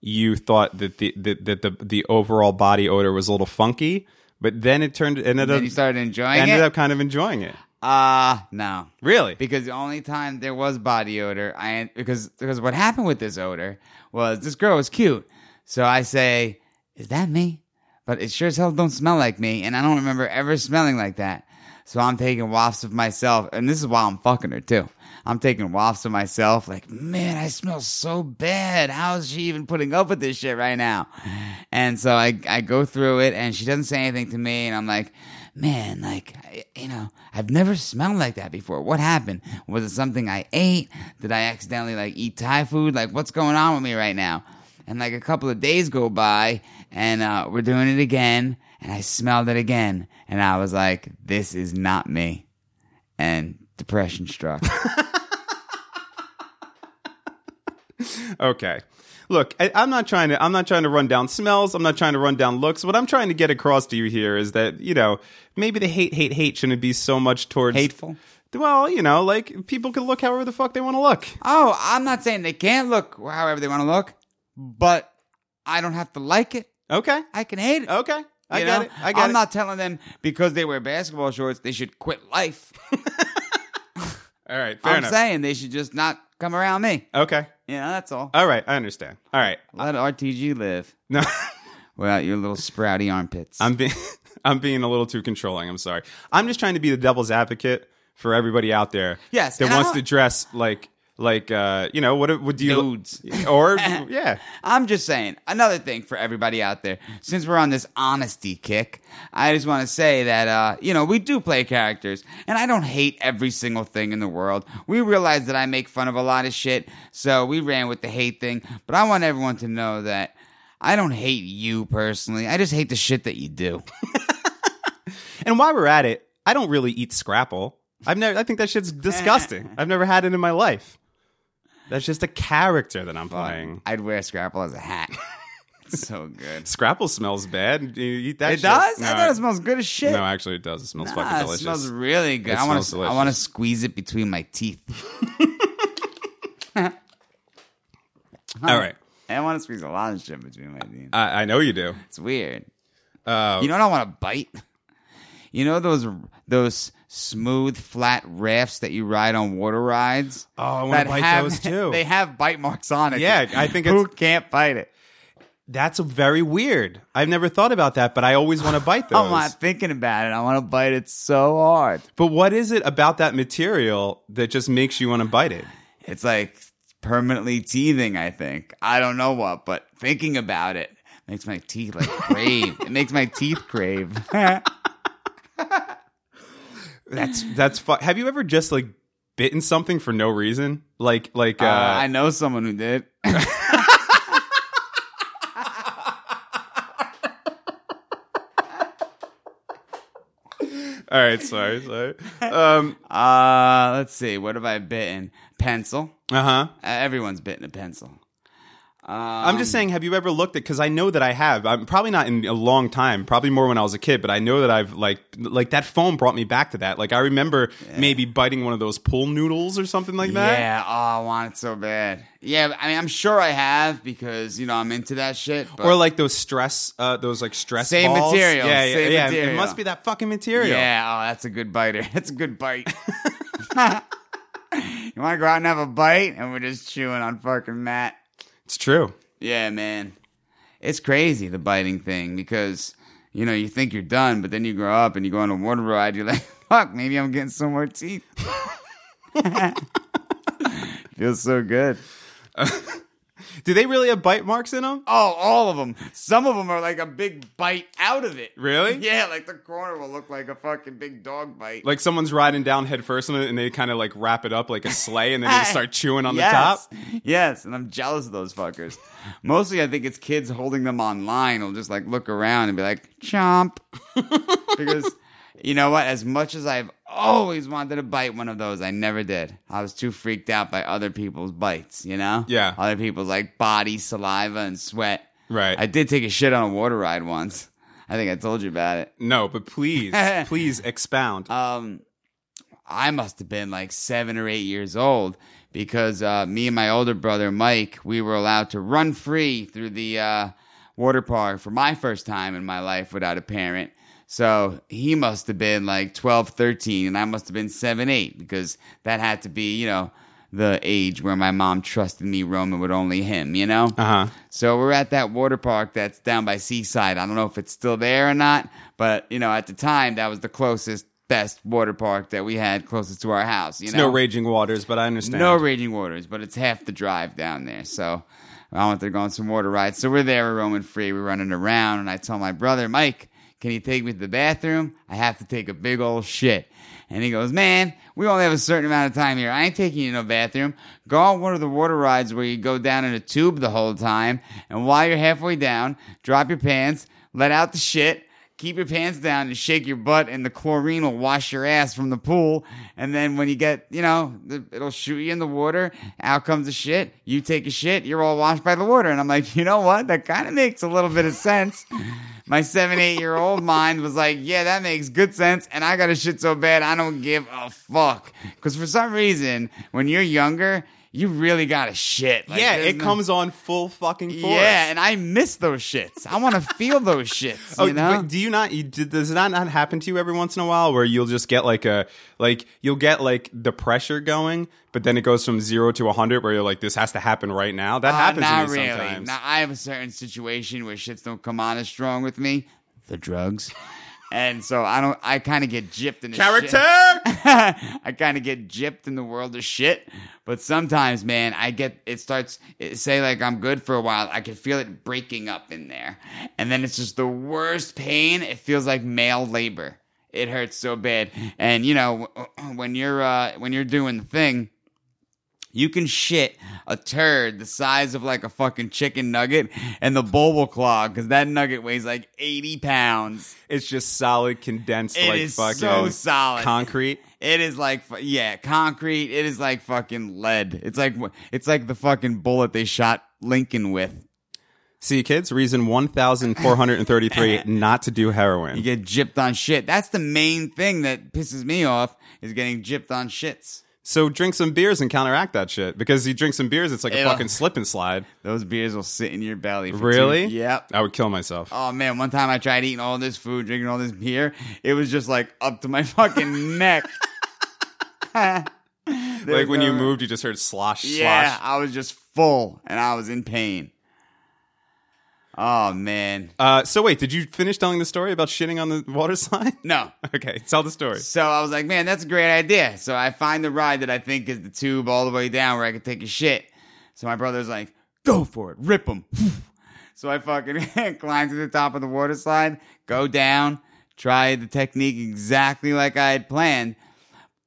[SPEAKER 4] you thought that the that, that the the overall body odor was a little funky, but then it turned ended
[SPEAKER 2] Then
[SPEAKER 4] up
[SPEAKER 2] you started enjoying
[SPEAKER 4] ended
[SPEAKER 2] it?
[SPEAKER 4] up kind of enjoying it.
[SPEAKER 2] Ah, no.
[SPEAKER 4] Really?
[SPEAKER 2] Because the only time there was body odor, I because because what happened with this odor was this girl was cute. So I say, is that me? But it sure as hell don't smell like me, and I don't remember ever smelling like that. So I'm taking wafts of myself, and this is why I'm fucking her too. I'm taking wafts of myself, like, man, I smell so bad. How is she even putting up with this shit right now? And so I, I go through it, and she doesn't say anything to me, and I'm like, man, like, I, you know, I've never smelled like that before. What happened? Was it something I ate? Did I accidentally like eat Thai food? Like, what's going on with me right now? And like a couple of days go by, and uh, we're doing it again, and I smelled it again, and I was like, this is not me. And depression struck.
[SPEAKER 4] Okay. Look, I, I'm not trying to. I'm not trying to run down smells. I'm not trying to run down looks. What I'm trying to get across to you here is that you know maybe the hate, hate, hate shouldn't be so much towards
[SPEAKER 2] Hateful.
[SPEAKER 4] Well, you know, like people can look however the fuck they want to look.
[SPEAKER 2] Oh, I'm not saying they can't look however they want to look, but I don't have to like it.
[SPEAKER 4] Okay.
[SPEAKER 2] I can hate it.
[SPEAKER 4] Okay. Oh, I
[SPEAKER 2] You
[SPEAKER 4] got
[SPEAKER 2] know?
[SPEAKER 4] it. I got
[SPEAKER 2] I'm
[SPEAKER 4] it.
[SPEAKER 2] not telling them because they wear basketball shorts they should quit life.
[SPEAKER 4] All right. Fair
[SPEAKER 2] I'm
[SPEAKER 4] enough.
[SPEAKER 2] saying they should just not come around me.
[SPEAKER 4] okay.
[SPEAKER 2] You know, that's all.
[SPEAKER 4] All right. I understand. All right.
[SPEAKER 2] Let RTG live
[SPEAKER 4] No,
[SPEAKER 2] without your little sprouty armpits.
[SPEAKER 4] I'm being I'm being a little too controlling. I'm sorry. I'm just trying to be the devil's advocate for everybody out there.
[SPEAKER 2] Yes,
[SPEAKER 4] That
[SPEAKER 2] and I
[SPEAKER 4] wants
[SPEAKER 2] don't-
[SPEAKER 4] to dress like like uh you know what would you
[SPEAKER 2] Dudes.
[SPEAKER 4] or yeah
[SPEAKER 2] I'm just saying, another thing for everybody out there, since we're on this honesty kick, I just want to say that, uh, you know, we do play characters, and I don't hate every single thing in the world. We realize that I make fun of a lot of shit, so we ran with the hate thing, but I want everyone to know that I don't hate you personally. I just hate the shit that you do.
[SPEAKER 4] And while we're at it, I don't really eat scrapple. I've never. I think that shit's disgusting. I've never had it in my life. That's just a character that I'm playing.
[SPEAKER 2] I'd wear Scrapple as a hat. It's so good.
[SPEAKER 4] Scrapple smells bad. You eat that?
[SPEAKER 2] It
[SPEAKER 4] shit.
[SPEAKER 2] does?
[SPEAKER 4] No,
[SPEAKER 2] I thought it smells good as shit.
[SPEAKER 4] no, actually, it does. It smells
[SPEAKER 2] Ah,
[SPEAKER 4] fucking delicious.
[SPEAKER 2] It smells really good.
[SPEAKER 4] It
[SPEAKER 2] I want
[SPEAKER 4] smells
[SPEAKER 2] to.
[SPEAKER 4] delicious.
[SPEAKER 2] I want to squeeze it between my teeth.
[SPEAKER 4] All right,
[SPEAKER 2] I want to squeeze a lot of shit between my teeth.
[SPEAKER 4] I, I know you do.
[SPEAKER 2] It's weird.
[SPEAKER 4] Uh,
[SPEAKER 2] You know what I want to bite? You know those those smooth flat rafts that you ride on water rides.
[SPEAKER 4] Oh, I wanna
[SPEAKER 2] That
[SPEAKER 4] bite
[SPEAKER 2] have-
[SPEAKER 4] those too.
[SPEAKER 2] They have bite marks on it.
[SPEAKER 4] Yeah, I think
[SPEAKER 2] who
[SPEAKER 4] it's-
[SPEAKER 2] can't bite it?
[SPEAKER 4] that's very weird. I've never thought about that, but I always want to bite those.
[SPEAKER 2] I'm not thinking about it. I want to bite it so hard.
[SPEAKER 4] But what is it about that material that just makes you want to bite it?
[SPEAKER 2] It's like permanently teething, I think. I don't know what, but thinking about it makes my teeth like crave. it makes my teeth crave.
[SPEAKER 4] That's that's. Fu- Have you ever just like bitten something for no reason? Like like uh,
[SPEAKER 2] Uh, I know someone who did.
[SPEAKER 4] All right, sorry, sorry. Um,
[SPEAKER 2] Uh, let's see. What have I bitten? Pencil.
[SPEAKER 4] uh huh.
[SPEAKER 2] Uh, everyone's bitten a pencil.
[SPEAKER 4] I'm
[SPEAKER 2] Um,
[SPEAKER 4] just saying, have you ever looked at? Because I know that I have. I'm probably not in a long time. Probably more when I was a kid. But I know that I've like like that foam brought me back to that. Like I remember maybe biting one of those pool noodles or something like that.
[SPEAKER 2] Yeah. Oh, I want it so bad. Yeah. I mean, I'm sure I have because you know I'm into that shit. But
[SPEAKER 4] Or like those stress, uh, those like stress
[SPEAKER 2] Same
[SPEAKER 4] balls.
[SPEAKER 2] material,
[SPEAKER 4] Yeah, yeah,
[SPEAKER 2] same
[SPEAKER 4] yeah. It
[SPEAKER 2] material.
[SPEAKER 4] must be that fucking material.
[SPEAKER 2] yeah. Oh, that's a good biter. That's a good bite. you want to go out and have a bite, and we're just chewing on fucking Matt.
[SPEAKER 4] it's true.
[SPEAKER 2] Yeah, man. It's crazy the biting thing because you know you think you're done, but then you grow up and you go on a water ride. You're like, fuck, maybe I'm getting some more teeth. Feels so good.
[SPEAKER 4] Do they really have bite marks in them?
[SPEAKER 2] Oh, all of them. Some of them are like a big bite out of it.
[SPEAKER 4] Really?
[SPEAKER 2] Yeah, like the corner will look like a fucking big dog bite.
[SPEAKER 4] Like someone's riding down head first and and they kind of like wrap it up like a sleigh and then they just start chewing on
[SPEAKER 2] yes.
[SPEAKER 4] the top.
[SPEAKER 2] Yes, and I'm jealous of those fuckers. Mostly, I think it's kids holding them online will just like look around and be like, chomp. because you know what? As much as I've always wanted to bite one of those, I never did. I was too freaked out by other people's bites, you know?
[SPEAKER 4] Yeah.
[SPEAKER 2] Other people's like body, saliva, and sweat.
[SPEAKER 4] Right.
[SPEAKER 2] I did take a shit on a water ride once. I think I told you about it.
[SPEAKER 4] No, but please, please expound.
[SPEAKER 2] um, I must have been like seven or eight years old because uh, me and my older brother Mike, we were allowed to run free through the uh, water park for my first time in my life without a parent. So he must have been like 12, 13, and I must have been 7, 8, because that had to be, you know, the age where my mom trusted me roaming with only him, you know?
[SPEAKER 4] Uh huh.
[SPEAKER 2] So we're at that water park that's down by Seaside. I don't know if it's still there or not, but you know, at the time that was the closest, best water park that we had closest to our house. You
[SPEAKER 4] It's
[SPEAKER 2] know,
[SPEAKER 4] no raging waters, but I understand.
[SPEAKER 2] no raging waters, but it's half the drive down there. So I wanted to go on some water rides. So we're there, we're roaming free, we're running around, and I tell my brother, Mike, can you take me to the bathroom? I have to take a big old shit. And he goes, Man, we only have a certain amount of time here. I ain't taking you to no bathroom. Go on one of the water rides where you go down in a tube the whole time, and while you're halfway down, drop your pants, let out the shit, keep your pants down and shake your butt and the chlorine will wash your ass from the pool and then when you get you know the- it'll shoot you in the water out comes the shit you take a shit you're all washed by the water and i'm like you know what that kind of makes a little bit of sense my seven eight year old mind was like yeah that makes good sense and i got a shit so bad i don't give a fuck because for some reason when you're younger you really got a shit Like,
[SPEAKER 4] yeah,
[SPEAKER 2] there's
[SPEAKER 4] it
[SPEAKER 2] no-
[SPEAKER 4] comes on full fucking force.
[SPEAKER 2] yeah and i miss those shits i want to feel those shits
[SPEAKER 4] Oh,
[SPEAKER 2] you know?
[SPEAKER 4] but do you not? You, d- does that not happen to you every once in a while, where you'll just get like a like you'll get like the pressure going, but then it goes from zero to hundred, where you're like, this has to happen right now. That
[SPEAKER 2] Uh,
[SPEAKER 4] happens
[SPEAKER 2] not
[SPEAKER 4] to me
[SPEAKER 2] really.
[SPEAKER 4] sometimes.
[SPEAKER 2] Now I have a certain situation where shits don't come on as strong with me. The drugs. And so I don't. I kind of get gypped in the
[SPEAKER 4] Character.
[SPEAKER 2] I kind of get gypped in the world of shit. But sometimes, man, I get it starts it, say like I'm good for a while. I can feel it breaking up in there, and then it's just the worst pain. It feels like male labor. It hurts so bad. And you know when you're uh, when you're doing the thing. You can shit a turd the size of like a fucking chicken nugget, and the bowl will clog because that nugget weighs like eighty pounds.
[SPEAKER 4] it's just solid condensed,
[SPEAKER 2] It
[SPEAKER 4] like
[SPEAKER 2] is
[SPEAKER 4] fucking
[SPEAKER 2] so solid.
[SPEAKER 4] concrete.
[SPEAKER 2] It is like fu- yeah, concrete. It is like fucking lead. It's like it's like the fucking bullet they shot Lincoln with.
[SPEAKER 4] See, kids, reason one thousand four hundred and thirty-three not to do heroin.
[SPEAKER 2] You get gypped on shit. That's the main thing that pisses me off is getting gypped on shits.
[SPEAKER 4] So drink some beers and counteract that shit. Because you drink some beers, it's like a
[SPEAKER 2] It'll-
[SPEAKER 4] fucking slip and slide.
[SPEAKER 2] Those beers will sit in your belly. For two-
[SPEAKER 4] Really?
[SPEAKER 2] yep.
[SPEAKER 4] I would kill myself.
[SPEAKER 2] Oh man, one time I tried eating all this food, drinking all this beer. It was just like up to my fucking neck.
[SPEAKER 4] like when you moved, you just heard slosh,
[SPEAKER 2] uh, Yeah,
[SPEAKER 4] slosh.
[SPEAKER 2] I was just full and I was in pain. Oh man.
[SPEAKER 4] Uh, so wait, did you finish telling the story about shitting on the water slide?
[SPEAKER 2] No.
[SPEAKER 4] okay, tell the story.
[SPEAKER 2] So I was like, man, that's a great idea. So I find the ride that I think is the tube all the way down where I could take a shit. So my brother's like, go for it, rip him. so I fucking climb to the top of the water slide, go down, try the technique exactly like I had planned.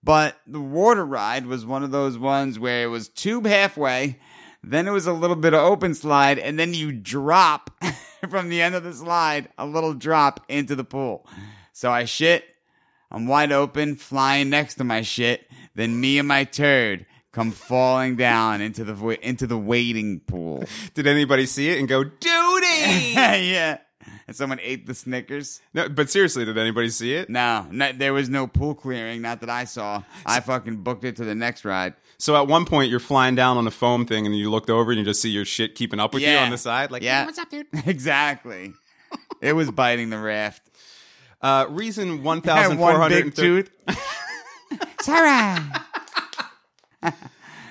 [SPEAKER 2] But the water ride was one of those ones where it was tube halfway, then it was a little bit of open slide, and then you drop from the end of the slide, a little drop into the pool. So I shit, I'm wide open, flying next to my shit. Then me and my turd come falling down into the vo- into the wading pool.
[SPEAKER 4] Did anybody see it and go duty?
[SPEAKER 2] yeah, and someone ate the Snickers.
[SPEAKER 4] no, but seriously, did anybody see it?
[SPEAKER 2] No, no, there was no pool clearing. Not that I saw. I fucking booked it to the next ride.
[SPEAKER 4] So at one point, you're flying down on the foam thing, and you looked over and you just see your shit keeping up with you
[SPEAKER 2] Yeah.
[SPEAKER 4] on the side. Like,
[SPEAKER 2] Yeah.
[SPEAKER 4] "Hey, what's up, dude?
[SPEAKER 2] exactly. It was biting the raft.
[SPEAKER 4] Uh, reason one
[SPEAKER 2] And
[SPEAKER 4] thousand four
[SPEAKER 2] one
[SPEAKER 4] hundred
[SPEAKER 2] big
[SPEAKER 4] and thirty.
[SPEAKER 2] tooth. Sarah.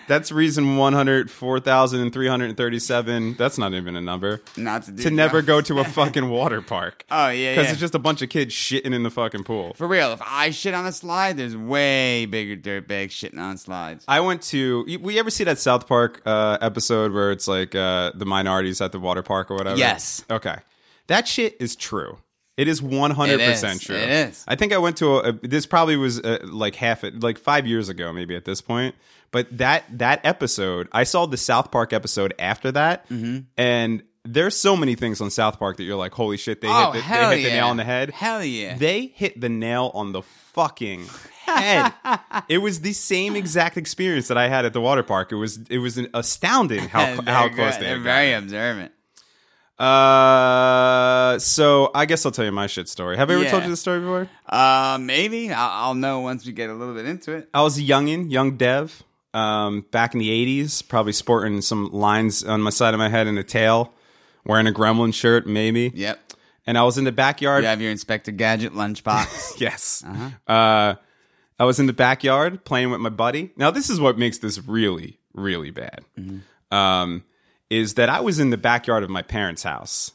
[SPEAKER 4] That's reason one hundred four thousand three hundred thirty-seven. That's not even a number.
[SPEAKER 2] Not to do
[SPEAKER 4] to never
[SPEAKER 2] drugs.
[SPEAKER 4] go to a fucking water park.
[SPEAKER 2] Oh yeah,
[SPEAKER 4] Because
[SPEAKER 2] yeah.
[SPEAKER 4] it's just a bunch of kids shitting in the fucking pool.
[SPEAKER 2] For real, if I shit on a slide, there's way bigger dirtbags shitting on slides.
[SPEAKER 4] I went to. you- We ever see that South Park uh, episode where it's like uh, the minorities at the water park or whatever?
[SPEAKER 2] Yes.
[SPEAKER 4] Okay. That shit is true. It is one hundred percent
[SPEAKER 2] It is.
[SPEAKER 4] true.
[SPEAKER 2] It is.
[SPEAKER 4] I think I went to a, a- this probably was uh like half it like five years ago maybe at this point. But that that episode, I saw the South Park episode after that,
[SPEAKER 2] Mm-hmm.
[SPEAKER 4] and there's so many things on South Park that you're like, holy shit, they hit, the,
[SPEAKER 2] Oh, hell
[SPEAKER 4] they hit
[SPEAKER 2] yeah.
[SPEAKER 4] the nail on the head.
[SPEAKER 2] Hell yeah.
[SPEAKER 4] They hit the nail on the fucking head. it was the same exact experience that I had at the water park. It was it was an astounding how
[SPEAKER 2] They're
[SPEAKER 4] how
[SPEAKER 2] good.
[SPEAKER 4] close they
[SPEAKER 2] They're
[SPEAKER 4] got.
[SPEAKER 2] very observant.
[SPEAKER 4] Uh, so I guess I'll tell you my shit story. Have I ever
[SPEAKER 2] Yeah.
[SPEAKER 4] told you this story before?
[SPEAKER 2] Uh, maybe I'll, I'll know once we get a little bit into it.
[SPEAKER 4] I was a youngin, young dev, um, back in the '80s, probably sporting some lines on my side of my head and a tail, wearing a Gremlin shirt, maybe.
[SPEAKER 2] Yep.
[SPEAKER 4] And I was in the backyard.
[SPEAKER 2] You have your Inspector Gadget lunchbox.
[SPEAKER 4] Yes.
[SPEAKER 2] Uh-huh.
[SPEAKER 4] uh I was in the backyard playing with my buddy. Now, this is what makes this really, really bad.
[SPEAKER 2] Mm-hmm.
[SPEAKER 4] Um, is that I was in the backyard of my parents' house.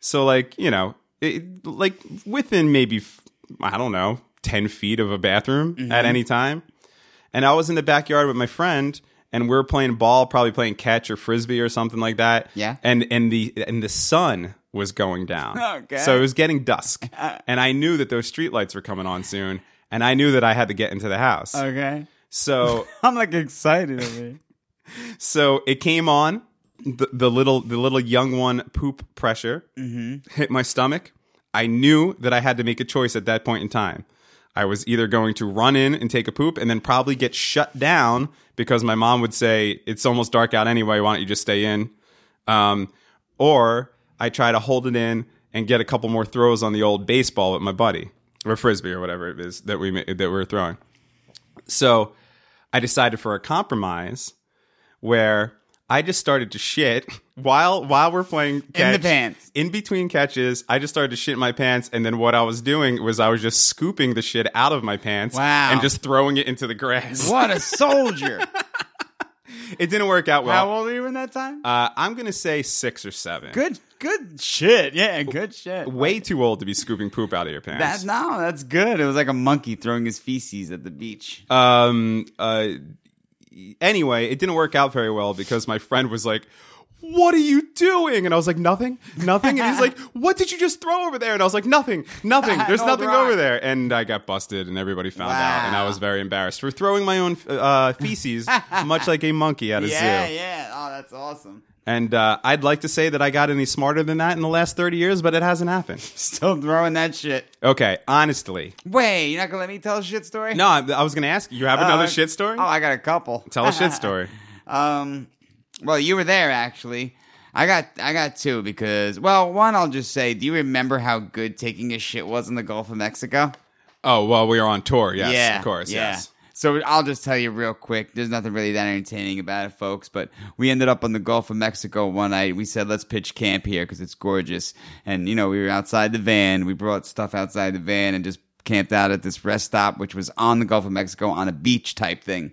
[SPEAKER 4] So, like, you know, it, like within maybe, f- I don't know, 10 feet of a bathroom
[SPEAKER 2] Mm-hmm.
[SPEAKER 4] at any time. And I was in the backyard with my friend. And we were playing ball, probably playing catch or frisbee or something like that.
[SPEAKER 2] Yeah.
[SPEAKER 4] And and the and the sun was going down.
[SPEAKER 2] Okay.
[SPEAKER 4] So it was getting dusk, and I knew that those streetlights were coming on soon, and I knew that I had to get into the house.
[SPEAKER 2] okay.
[SPEAKER 4] So,
[SPEAKER 2] I'm like excited over here.
[SPEAKER 4] so it came on. The, the little the little young one poop pressure hit my stomach. I knew that I had to make a choice at that point in time. I was either going to run in and take a poop and then probably get shut down because my mom would say it's almost dark out anyway. Why don't you just stay in? Um, or I try to hold it in and get a couple more throws on the old baseball with my buddy or frisbee or whatever it is that we ma- that we're throwing. So I decided for a compromise where I just started to shit while while we're playing catch,
[SPEAKER 2] pants.
[SPEAKER 4] in between catches. I just started to shit my pants, and then what I was doing was I was just scooping the shit out of my pants
[SPEAKER 2] Wow.
[SPEAKER 4] and just throwing it into the grass.
[SPEAKER 2] What a soldier!
[SPEAKER 4] It didn't work out well.
[SPEAKER 2] How old were you in that time?
[SPEAKER 4] uh, I'm gonna say six or seven.
[SPEAKER 2] good, good shit. Yeah, good shit.
[SPEAKER 4] Way too old to be scooping poop out of your pants.
[SPEAKER 2] That no, that's good. It was like a monkey throwing his feces at the beach.
[SPEAKER 4] um uh anyway it didn't work out very well because my friend was like what are you doing and i was like nothing nothing and he's like what did you just throw over there and i was like nothing nothing
[SPEAKER 2] An
[SPEAKER 4] there's
[SPEAKER 2] old
[SPEAKER 4] nothing
[SPEAKER 2] rock.
[SPEAKER 4] over there and i got busted and everybody found out and i
[SPEAKER 2] Wow.
[SPEAKER 4] was very embarrassed for throwing my own uh, feces much like a monkey at a
[SPEAKER 2] yeah,
[SPEAKER 4] zoo
[SPEAKER 2] yeah. Oh, that's awesome.
[SPEAKER 4] and uh, i'd like to say that i got any smarter than that in the last 30 years but it hasn't happened
[SPEAKER 2] Still throwing that shit.
[SPEAKER 4] okay honestly
[SPEAKER 2] Wait, you're not gonna let me tell a shit story?
[SPEAKER 4] no i, I was gonna ask you have
[SPEAKER 2] Oh,
[SPEAKER 4] another
[SPEAKER 2] I-
[SPEAKER 4] shit story
[SPEAKER 2] Oh, I got a couple.
[SPEAKER 4] tell a shit story
[SPEAKER 2] Um, well, you were there actually. I got I got two because well, one I'll just say. Do you remember how good taking a shit was in the Gulf of Mexico?
[SPEAKER 4] Oh well, we are on tour. Yes, of course. Yes.
[SPEAKER 2] So I'll just tell you real quick. There's nothing really that entertaining about it, folks. But we ended up on the Gulf of Mexico one night. We said, let's pitch camp here because it's gorgeous. And, you know, we were outside the van. We brought stuff outside the van and just camped out at this rest stop, which was on the Gulf of Mexico on a beach type thing.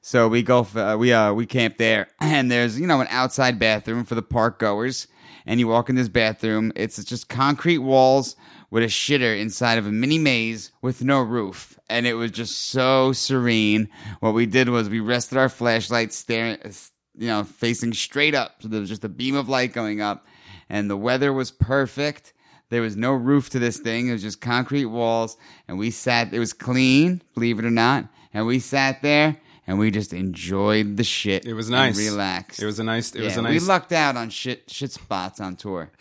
[SPEAKER 2] So we go, f- uh, we uh, we camp there, and there's you know an outside bathroom for the park goers. And you walk in this bathroom, it's just concrete walls with a shitter inside of a mini maze with no roof, and it was just so serene. What we did was we rested our flashlights, staring, uh, s- you know, facing straight up, so there was just a beam of light going up, and the weather was perfect. There was no roof to this thing. It was just concrete walls. And we sat, it was clean, believe it or not. And we sat there and we just enjoyed the shit.
[SPEAKER 4] It was
[SPEAKER 2] and
[SPEAKER 4] nice.
[SPEAKER 2] relaxed.
[SPEAKER 4] It was a nice. It was
[SPEAKER 2] Yeah,
[SPEAKER 4] a
[SPEAKER 2] We
[SPEAKER 4] nice.
[SPEAKER 2] lucked out on shit shit spots on tour,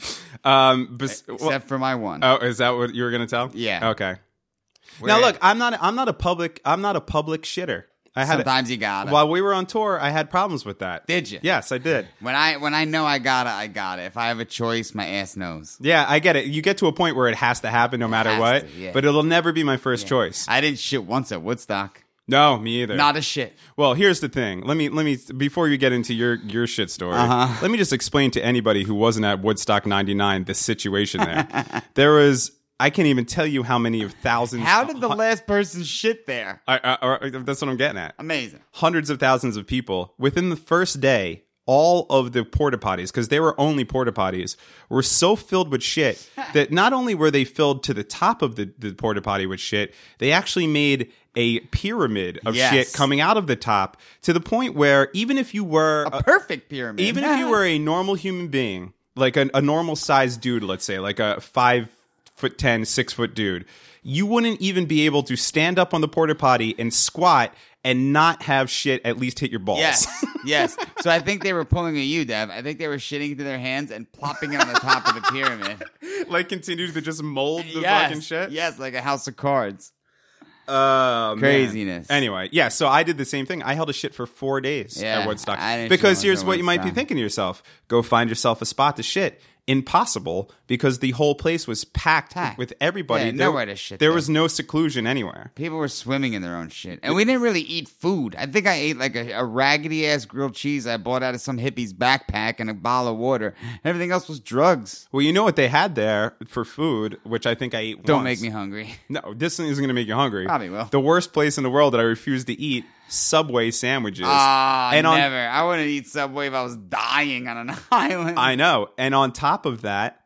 [SPEAKER 4] um. Bes-
[SPEAKER 2] except
[SPEAKER 4] well,
[SPEAKER 2] for my one.
[SPEAKER 4] oh, is that what you were gonna tell?
[SPEAKER 2] Yeah.
[SPEAKER 4] Okay.
[SPEAKER 2] Where-
[SPEAKER 4] now look, I'm not. I'm not a public. I'm not a public shitter. I had.
[SPEAKER 2] Sometimes you gotta.
[SPEAKER 4] while we were on tour, I had problems with that.
[SPEAKER 2] Did you?
[SPEAKER 4] Yes, I did.
[SPEAKER 2] when I when I know I gotta, I gotta. If I have a choice, my ass knows.
[SPEAKER 4] Yeah, I get it. You get to a point where it has to happen no matter
[SPEAKER 2] has
[SPEAKER 4] what,
[SPEAKER 2] to, yeah.
[SPEAKER 4] but it'll never be my first choice.
[SPEAKER 2] I didn't shit once at Woodstock.
[SPEAKER 4] no, me either.
[SPEAKER 2] Not a shit.
[SPEAKER 4] Well, here's the thing. Let me let me before you get into your your shit story.
[SPEAKER 2] Uh-huh.
[SPEAKER 4] Let me just explain to anybody who wasn't at Woodstock '99 this situation. There, there was I can't even tell you how many of thousands.
[SPEAKER 2] How did the last person shit there?
[SPEAKER 4] I, I, I- that's what I'm getting at.
[SPEAKER 2] Amazing.
[SPEAKER 4] Hundreds of thousands of people within the first day. All of the porta potties, because they were only porta potties, were so filled with shit that not only were they filled to the top of the, the porta potty with shit, they actually made a pyramid of
[SPEAKER 2] Yes.
[SPEAKER 4] shit coming out of the top to the point where even if you were a-
[SPEAKER 2] Perfect pyramid.
[SPEAKER 4] Uh, even if you were a normal human being, like a, a normal sized dude, let's say, like a five foot ten, six foot dude, you wouldn't even be able to stand up on the porta potty and squat and not have shit at least hit your balls.
[SPEAKER 2] Yes, yes. So I think they were pulling a U, Dev. I think they were shitting into their hands and plopping it on the top of the pyramid.
[SPEAKER 4] like continue to just mold the
[SPEAKER 2] yes,
[SPEAKER 4] fucking shit.
[SPEAKER 2] yes, like a house of cards.
[SPEAKER 4] Oh, man.
[SPEAKER 2] Craziness.
[SPEAKER 4] Anyway, yeah, so I did the same thing. I held a shit for four days
[SPEAKER 2] Yeah,
[SPEAKER 4] at Woodstock.
[SPEAKER 2] I didn't
[SPEAKER 4] Because
[SPEAKER 2] show up
[SPEAKER 4] here's
[SPEAKER 2] at
[SPEAKER 4] what you might be
[SPEAKER 2] Woodstock.
[SPEAKER 4] thinking to yourself go find yourself a spot to shit. Impossible because the whole place was packed,
[SPEAKER 2] Packed.
[SPEAKER 4] with everybody.
[SPEAKER 2] Yeah,
[SPEAKER 4] there,
[SPEAKER 2] nowhere to shit
[SPEAKER 4] There
[SPEAKER 2] there.
[SPEAKER 4] was no seclusion anywhere.
[SPEAKER 2] People were swimming in their own shit. And we didn't really eat food. I think I ate like a, a raggedy ass grilled cheese I bought out of some hippie's backpack and a bottle of water. Everything else was drugs.
[SPEAKER 4] Well, you know what they had there for food, which I think I ate
[SPEAKER 2] Don't make
[SPEAKER 4] once.
[SPEAKER 2] me hungry.
[SPEAKER 4] No, this isn't going to make you hungry.
[SPEAKER 2] Probably will.
[SPEAKER 4] The worst place in the world that I refuse to eat Subway sandwiches.
[SPEAKER 2] Ah,
[SPEAKER 4] and on
[SPEAKER 2] never. I wouldn't eat Subway if I was dying on an island.
[SPEAKER 4] I know. And on top of that,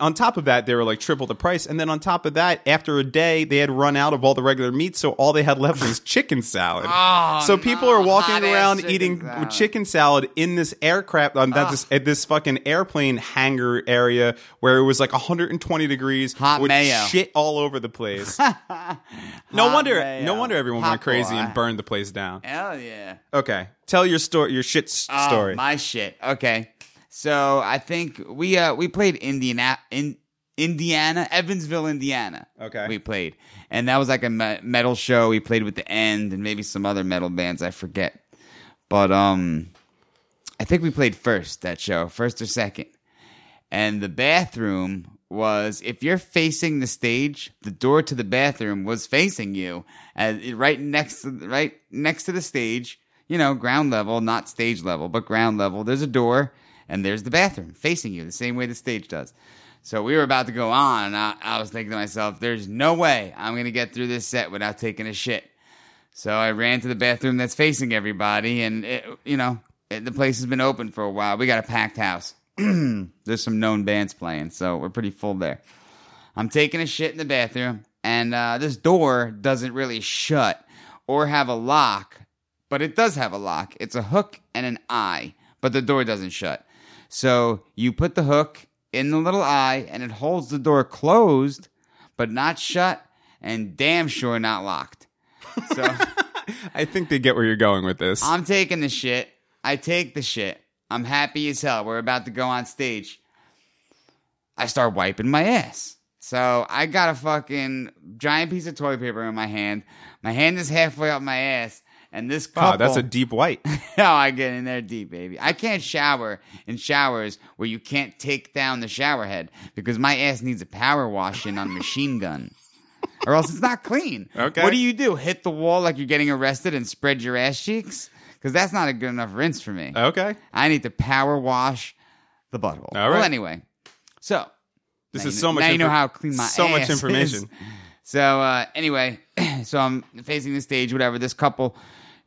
[SPEAKER 4] on top of that, they were like triple the price. And then on top of that, after a day, they had run out of all the regular meat, so all they had left was chicken salad.
[SPEAKER 2] Oh,
[SPEAKER 4] so people
[SPEAKER 2] no.
[SPEAKER 4] are walking
[SPEAKER 2] Hot-ass
[SPEAKER 4] around
[SPEAKER 2] chicken
[SPEAKER 4] eating
[SPEAKER 2] salad.
[SPEAKER 4] chicken salad in this aircraft, on that this, at this fucking airplane hangar area where it was like 120 degrees,
[SPEAKER 2] Hot
[SPEAKER 4] with
[SPEAKER 2] mayo.
[SPEAKER 4] shit all over the place. no wonder,
[SPEAKER 2] mayo.
[SPEAKER 4] no wonder everyone
[SPEAKER 2] Hot
[SPEAKER 4] went crazy
[SPEAKER 2] boy.
[SPEAKER 4] and burned the place down.
[SPEAKER 2] Hell yeah.
[SPEAKER 4] Okay, tell your story, your shit s-
[SPEAKER 2] Oh,
[SPEAKER 4] story.
[SPEAKER 2] My shit. Okay. So I think we uh we played Indiana in Indiana Evansville, Indiana.
[SPEAKER 4] Okay.
[SPEAKER 2] We played, and that was like a me- metal show. We played with the End and maybe some other metal bands. I forget, but um, I think we played first that show, first or second. And the bathroom was if you're facing the stage, the door to the bathroom was facing you, and right next to right next to the stage. You know, ground level, not stage level, but ground level. There's a door, and there's the bathroom facing you, the same way the stage does. So we were about to go on, and I, I was thinking to myself, "There's no way I'm gonna get through this set without taking a shit." So I ran to the bathroom that's facing everybody, and it, you know it, the place has been open for a while. We got a packed house. There's some known bands playing, so we're pretty full there. I'm taking a shit in the bathroom, and uh, this door doesn't really shut or have a lock, but it does have a lock. It's a hook and an eye, but the door doesn't shut. So you put the hook in the little eye, and it holds the door closed, but not shut, and damn sure not locked. So.
[SPEAKER 4] I think they get where you're going with this.
[SPEAKER 2] I'm taking the shit. I take the shit. I'm happy as hell. We're about to go on stage. I start wiping my ass. So I got a fucking giant piece of toilet paper in my hand. My hand is halfway up my ass, and this couple.
[SPEAKER 4] Wow, that's a deep white.
[SPEAKER 2] No, I get in there deep, baby. I can't shower in showers where you can't take down the shower head because my ass needs a power washing on a machine gun. Or else it's not clean.
[SPEAKER 4] Okay.
[SPEAKER 2] What do you do? Hit the wall like you're getting arrested and spread your ass cheeks? Because that's not a good enough rinse for me.
[SPEAKER 4] Okay.
[SPEAKER 2] I need to power wash the butthole.
[SPEAKER 4] All
[SPEAKER 2] Well,
[SPEAKER 4] right.
[SPEAKER 2] anyway, so
[SPEAKER 4] This
[SPEAKER 2] now
[SPEAKER 4] is
[SPEAKER 2] you
[SPEAKER 4] so
[SPEAKER 2] know-
[SPEAKER 4] much.
[SPEAKER 2] Now you know
[SPEAKER 4] infor-
[SPEAKER 2] how clean my
[SPEAKER 4] so
[SPEAKER 2] ass
[SPEAKER 4] much
[SPEAKER 2] is.
[SPEAKER 4] information.
[SPEAKER 2] So uh, anyway, so I'm facing the stage, whatever. This couple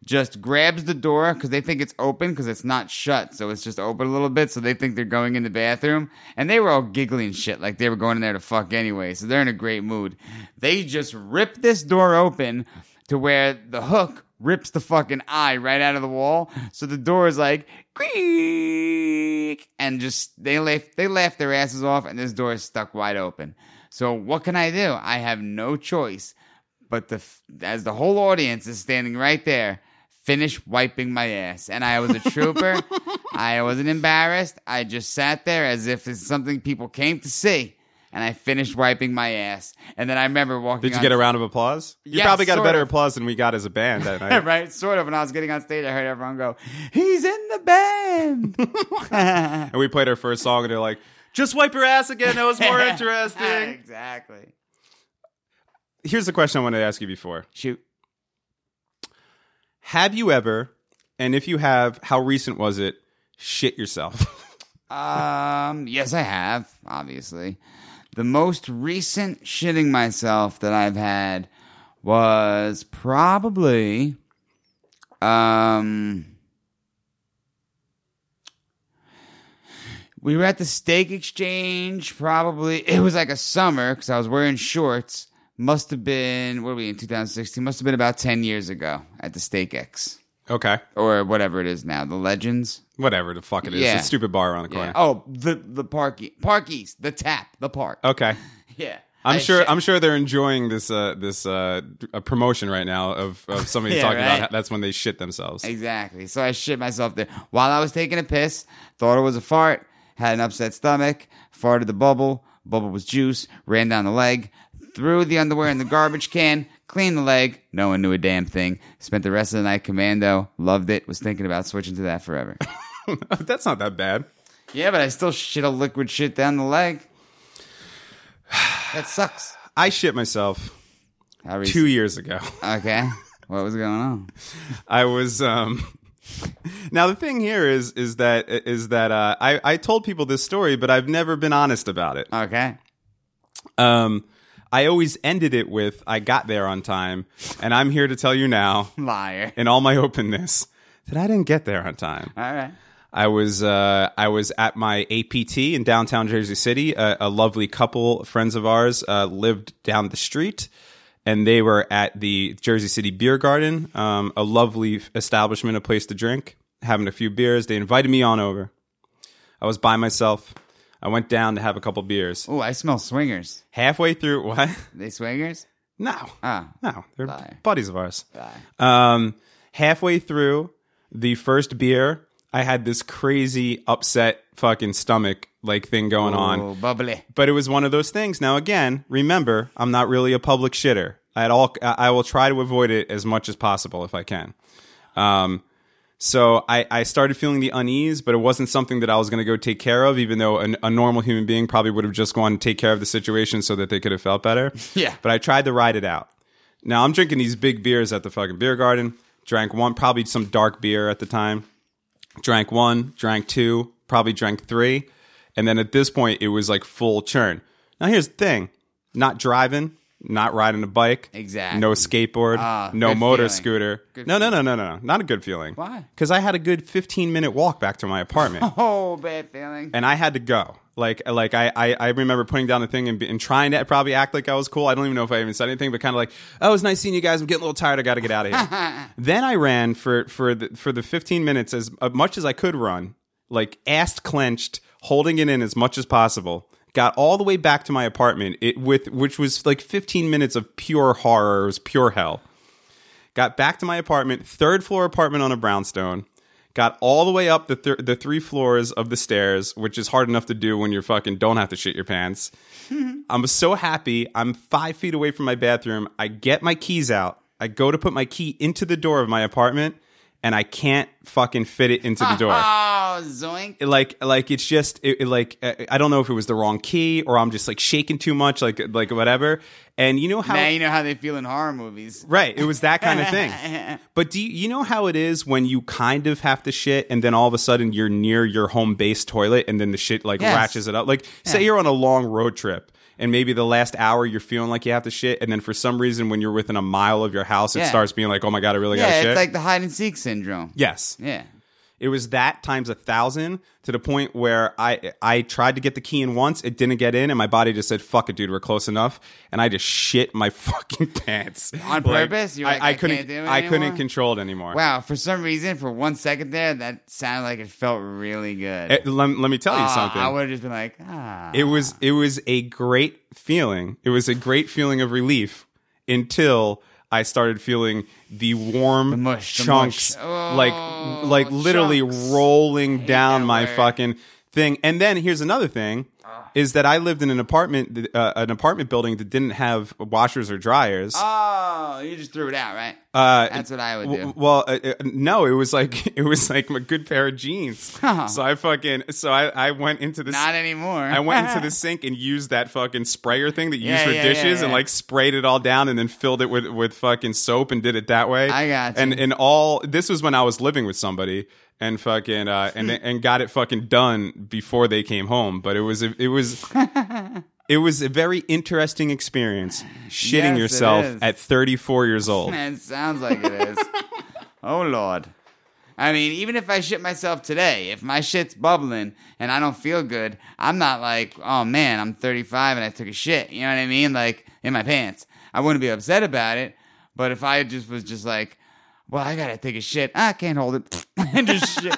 [SPEAKER 2] just grabs the door because they think it's open because it's not shut, so it's just open a little bit. So they think they're going in the bathroom, and they were all giggling and shit like they were going in there to fuck anyway. So they're in a great mood. They just rip this door open to where the hook rips the fucking eye right out of the wall. So the door is like creak, and just they laugh they laugh their asses off, and this door is stuck wide open. So what can I do? I have no choice but the f- as the whole audience is standing right there, finish wiping my ass. And I was a trooper. I wasn't embarrassed. I just sat there as if it's something people came to see. And I finished wiping my ass. And then I remember walking.
[SPEAKER 4] Did you
[SPEAKER 2] on
[SPEAKER 4] get a round of applause? You
[SPEAKER 2] Yeah,
[SPEAKER 4] probably got a
[SPEAKER 2] sort
[SPEAKER 4] better
[SPEAKER 2] of.
[SPEAKER 4] applause than we got as a band that night.
[SPEAKER 2] right? Sort of. When I was getting on stage, I heard everyone go, "He's in the band."
[SPEAKER 4] And we played our first song, and they're like, "Just wipe your ass again. That was more interesting."
[SPEAKER 2] exactly.
[SPEAKER 4] Here's the question I wanted to ask you before:
[SPEAKER 2] Shoot.
[SPEAKER 4] Have you ever, and if you have, how recent was it? Shit yourself.
[SPEAKER 2] Um, yes, I have, obviously. The most recent shitting myself that I've had was probably um we were at the steak exchange probably it was like a summer because i was wearing shorts must have been what are we in 2016 must have been about 10 years ago at the steak x
[SPEAKER 4] okay,
[SPEAKER 2] or whatever it is now the legends
[SPEAKER 4] whatever the fuck it is.
[SPEAKER 2] Yeah.
[SPEAKER 4] It's a stupid bar around the
[SPEAKER 2] yeah.
[SPEAKER 4] corner.
[SPEAKER 2] Oh, the the parky parkies, the tap, the park.
[SPEAKER 4] Okay.
[SPEAKER 2] Yeah.
[SPEAKER 4] Oh, I'm
[SPEAKER 2] I-
[SPEAKER 4] sure. I'm sure they're enjoying this. Uh, this uh, a promotion right now of, of somebody
[SPEAKER 2] Yeah,
[SPEAKER 4] talking about
[SPEAKER 2] right.
[SPEAKER 4] how, that's when they shit themselves.
[SPEAKER 2] Exactly. So I shit myself there while I was taking a piss. Thought it was a fart. Had an upset stomach. Farted the bubble. Bubble was juice. Ran down the leg. Threw the underwear in the garbage can. Cleaned the leg. No one knew a damn thing. Spent the rest of the night commando. Loved it. Was thinking about switching to that forever.
[SPEAKER 4] That's not that bad.
[SPEAKER 2] yeah, but I still shit a liquid shit down the leg. That sucks.
[SPEAKER 4] I shit myself
[SPEAKER 2] How rec-
[SPEAKER 4] two years ago.
[SPEAKER 2] Okay. What was going on?
[SPEAKER 4] I was um now the thing here is is that is that uh, I I told people this story, but I've never been honest about it.
[SPEAKER 2] Okay.
[SPEAKER 4] Um, I always ended it with I got there on time, and I'm here to tell you now,
[SPEAKER 2] Liar.
[SPEAKER 4] in all my openness, that I didn't get there on time.
[SPEAKER 2] All right.
[SPEAKER 4] I was uh, I was at my APT in downtown Jersey City. A, a lovely couple, friends of ours, uh, lived down the street, and they were at the Jersey City Beer Garden, um, a lovely establishment, a place to drink, having a few beers. They invited me on over. I was by myself. I went down to have a couple beers.
[SPEAKER 2] Oh, I smell swingers.
[SPEAKER 4] Halfway through, what?
[SPEAKER 2] They swingers?
[SPEAKER 4] No,
[SPEAKER 2] Ah.
[SPEAKER 4] no, they're
[SPEAKER 2] Liar.
[SPEAKER 4] buddies of ours.
[SPEAKER 2] Liar.
[SPEAKER 4] Um, halfway through the first beer, I had this crazy upset fucking stomach like thing going on.
[SPEAKER 2] Oh, bubbly.
[SPEAKER 4] But it was one of those things. Now again, remember, I'm not really a public shitter. At all, I I will try to avoid it as much as possible if I can. Um, so I, I started feeling the unease, but it wasn't something that I was going to go take care of, even though an, a normal human being probably would have just gone and take care of the situation so that they could have felt better.
[SPEAKER 2] Yeah.
[SPEAKER 4] But I tried to ride it out. Now I'm drinking these big beers at the fucking beer garden. Drank one, probably some dark beer at the time. Drank one, drank two, probably drank three. And then at this point, it was like full churn. Now here's the thing not driving, not riding a bike.
[SPEAKER 2] Exactly.
[SPEAKER 4] No skateboard,
[SPEAKER 2] Ah,
[SPEAKER 4] no
[SPEAKER 2] good
[SPEAKER 4] motor
[SPEAKER 2] feeling.
[SPEAKER 4] scooter.
[SPEAKER 2] Good
[SPEAKER 4] no, no, no, no, no, no. Not a good feeling.
[SPEAKER 2] Why?
[SPEAKER 4] Because I had a good 15 minute walk back to my apartment
[SPEAKER 2] Oh, bad feeling.
[SPEAKER 4] and I had to go. Like, like I, I, I remember putting down the thing and, be- and trying to probably act like I was cool. I don't even know if I even said anything, but kind of like, oh, it's nice seeing you guys. I'm getting a little tired. I got to get out of here. then I ran for for the, for the 15 minutes as uh, much as I could run, like ass clenched, holding it in as much as possible. Got all the way back to my apartment, it with which was like 15 minutes of pure horror. It was pure hell. Got back to my apartment, third floor apartment on a brownstone. Got all the way up the thir- the three floors of the stairs, which is hard enough to do when you're fucking don't have to shit your pants. I'm so happy. I'm five feet away from my bathroom. I get my keys out. I go to put my key into the door of my apartment, and I can't fucking fit it into the door
[SPEAKER 2] Oh, zoink.
[SPEAKER 4] like like it's just it, it, like uh, I don't know if it was the wrong key or I'm just like shaking too much like like whatever. And you know how
[SPEAKER 2] Now you know how they feel in horror movies.
[SPEAKER 4] right it was that kind of thing. but do you, you know how it is when you kind of have to shit and then all of a sudden you're near your home base toilet and then the shit like
[SPEAKER 2] Yes.
[SPEAKER 4] ratchets it up. Like say you're on a long road trip. And maybe the last hour you're feeling like you have to shit, and then for some reason when you're within a mile of your house, it
[SPEAKER 2] Yeah.
[SPEAKER 4] starts being like, "Oh my god, I really
[SPEAKER 2] Yeah,
[SPEAKER 4] gotta
[SPEAKER 2] it's
[SPEAKER 4] shit."
[SPEAKER 2] like the hide and seek syndrome.
[SPEAKER 4] yes,
[SPEAKER 2] Yeah.
[SPEAKER 4] it was that times a thousand to the point where I I tried to get the key in once, it didn't get in, and my body just said, "Fuck it, dude, we're close enough." And I just shit my fucking pants
[SPEAKER 2] On purpose? You're like, "I
[SPEAKER 4] couldn't.
[SPEAKER 2] can't do it
[SPEAKER 4] I couldn't
[SPEAKER 2] anymore?"
[SPEAKER 4] control it anymore.
[SPEAKER 2] Wow, for some reason, for one second there, that sounded like it felt really good.
[SPEAKER 4] It- lem- let, me tell you
[SPEAKER 2] Ah,
[SPEAKER 4] something.
[SPEAKER 2] I would have just been like, ah.
[SPEAKER 4] it was it was a great feeling. It was a great feeling of relief until I started feeling the warm
[SPEAKER 2] mush, the
[SPEAKER 4] chunks,
[SPEAKER 2] mush. Oh,
[SPEAKER 4] like like literally
[SPEAKER 2] chunks.
[SPEAKER 4] rolling down
[SPEAKER 2] that
[SPEAKER 4] my
[SPEAKER 2] word. Ah.
[SPEAKER 4] fucking thing. And then here's another thing: is that I lived in an apartment uh, an apartment building that didn't have washers or dryers.
[SPEAKER 2] oh, you just threw it out, right?
[SPEAKER 4] Uh,
[SPEAKER 2] That's what I would
[SPEAKER 4] w-
[SPEAKER 2] do.
[SPEAKER 4] Well, uh, uh, no, it was like it was like a good pair of jeans. so I fucking so I, I went into the
[SPEAKER 2] Not anymore.
[SPEAKER 4] I went into the sink and used that fucking sprayer thing that you
[SPEAKER 2] Yeah,
[SPEAKER 4] use for
[SPEAKER 2] yeah, yeah,
[SPEAKER 4] dishes and
[SPEAKER 2] yeah.
[SPEAKER 4] like sprayed it all down and then filled it with with fucking soap and did it that way.
[SPEAKER 2] I got you.
[SPEAKER 4] And and all this was when I was living with somebody and fucking uh and and got it fucking done before they came home, but it was it was It was a very interesting experience
[SPEAKER 2] Yes,
[SPEAKER 4] shitting
[SPEAKER 2] it
[SPEAKER 4] yourself
[SPEAKER 2] is.
[SPEAKER 4] at 34 years old.
[SPEAKER 2] It sounds like it is. oh Lord. I mean, even if I shit myself today, if my shit's bubbling and I don't feel good, I'm not like, oh man, I'm 35 and I took a shit. You know what I mean? Like in my pants. I wouldn't be upset about it. But if I just was just like, well, I gotta take a shit. I can't hold it. and just shit.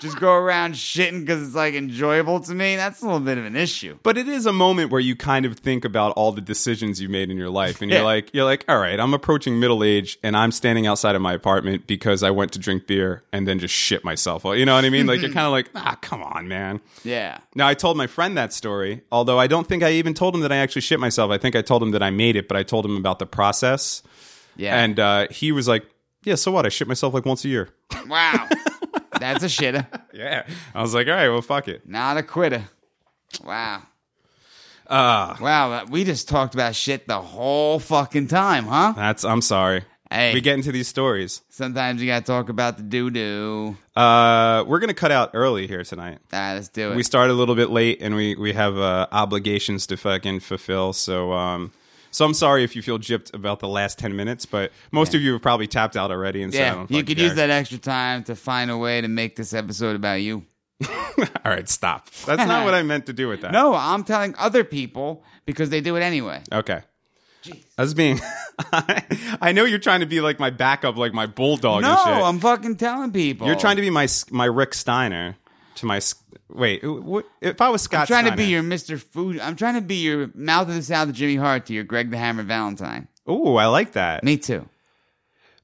[SPEAKER 2] just go around shitting because it's like enjoyable to me. That's a little bit of an issue.
[SPEAKER 4] But it is a moment where you kind of think about all the decisions you made in your life, and you're
[SPEAKER 2] Yeah.
[SPEAKER 4] like, you're like, all right, I'm approaching middle age, and I'm standing outside of my apartment because I went to drink beer and then just shit myself. You know what I mean? Like
[SPEAKER 2] Mm-hmm.
[SPEAKER 4] you're kind of like, ah, come on, man.
[SPEAKER 2] Yeah.
[SPEAKER 4] Now I told my friend that story, although I don't think I even told him that I actually shit myself. I think I told him that I made it, but I told him about the process,
[SPEAKER 2] Yeah.
[SPEAKER 4] and uh, he was like, yeah, so what? I shit myself like once a year.
[SPEAKER 2] wow. That's a shitter.
[SPEAKER 4] yeah, I was like, all right, well, fuck it.
[SPEAKER 2] Not a quitter. Wow.
[SPEAKER 4] Ah.
[SPEAKER 2] Wow. uh, We just talked about shit the whole fucking time, huh?
[SPEAKER 4] That's I'm sorry.
[SPEAKER 2] Hey.
[SPEAKER 4] We get into these stories.
[SPEAKER 2] Sometimes you gotta talk about the doo doo.
[SPEAKER 4] Uh, we're gonna cut out early here tonight.
[SPEAKER 2] Ah, let's do it.
[SPEAKER 4] We started a little bit late, and we we have uh, obligations to fucking fulfill. So um, so I'm sorry if you feel gypped about the last ten minutes, but most of you have probably tapped out already. And so I
[SPEAKER 2] yeah,
[SPEAKER 4] don't
[SPEAKER 2] you
[SPEAKER 4] fucking
[SPEAKER 2] could
[SPEAKER 4] care.
[SPEAKER 2] use that extra time to find a way to make this episode about you.
[SPEAKER 4] All right, stop. That's not what I meant to do with that.
[SPEAKER 2] No, I'm telling other people because they do it anyway.
[SPEAKER 4] Okay. I was being. I know you're trying to be like my backup, like my bulldog.
[SPEAKER 2] No,
[SPEAKER 4] and shit.
[SPEAKER 2] I'm fucking telling people.
[SPEAKER 4] You're trying to be my my Rick Steiner to my. s- Wait, what, if I was Scott,
[SPEAKER 2] I'm trying to
[SPEAKER 4] Steiner-
[SPEAKER 2] be your Mr. Food. I'm trying to be your mouth of the South, Jimmy Hart, to your Greg the Hammer Valentine.
[SPEAKER 4] Ooh, I like that.
[SPEAKER 2] Me too.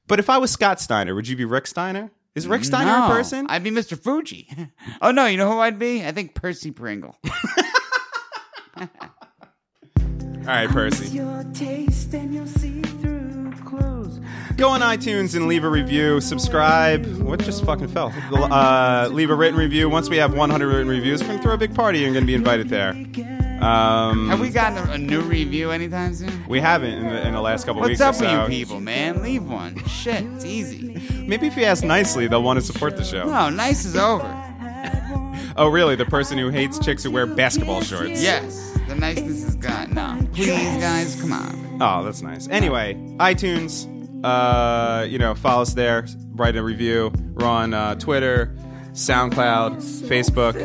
[SPEAKER 4] But if I was Scott Steiner, would you be Rick Steiner? Is Rick Steiner
[SPEAKER 2] No,
[SPEAKER 4] a person?
[SPEAKER 2] I'd be Mr. Fuji. oh no, you know who I'd be? I think Percy Pringle.
[SPEAKER 4] All right, Percy.
[SPEAKER 3] Your taste and you'll see through clothes.
[SPEAKER 4] Go on iTunes and leave a review. Subscribe. What just fucking fell? Uh, leave a written review. Once we have 100 written reviews, we're going to throw a big party. You're going to be invited there. Um,
[SPEAKER 2] Have we gotten a, a new review anytime soon?
[SPEAKER 4] we haven't in the, in the last couple
[SPEAKER 2] What's
[SPEAKER 4] weeks.
[SPEAKER 2] up
[SPEAKER 4] or so.
[SPEAKER 2] with you people, man? Leave one. Shit, it's easy.
[SPEAKER 4] Maybe if you ask nicely, they'll want to support the show.
[SPEAKER 2] No, nice is over.
[SPEAKER 4] Oh, really? The person who hates chicks who wear basketball shorts.
[SPEAKER 2] Yes, the niceness is gone. No, please, guys, come on.
[SPEAKER 4] Oh, that's nice. Anyway, iTunes, uh, you know, follow us there, write a review. We're on uh, Twitter, SoundCloud, Facebook,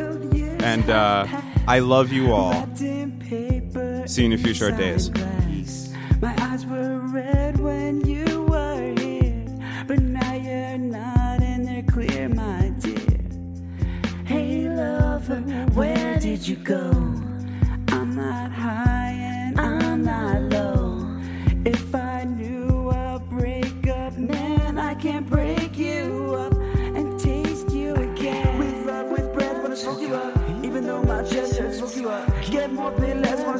[SPEAKER 4] and uh, I love you all.
[SPEAKER 3] In paper.
[SPEAKER 4] See you in a few short days.
[SPEAKER 3] Glass. My eyes were red when you were here, but now you're not, and they're clear, my dear. Hey, lover, where did you go? I'm not high and I'm not low. If I knew a breakup, man, I can't break you up and taste you again.
[SPEAKER 5] With love, with breath, wanna smoke you up. Even though my chest hurts, smoke you up. Get more, pay less, wanna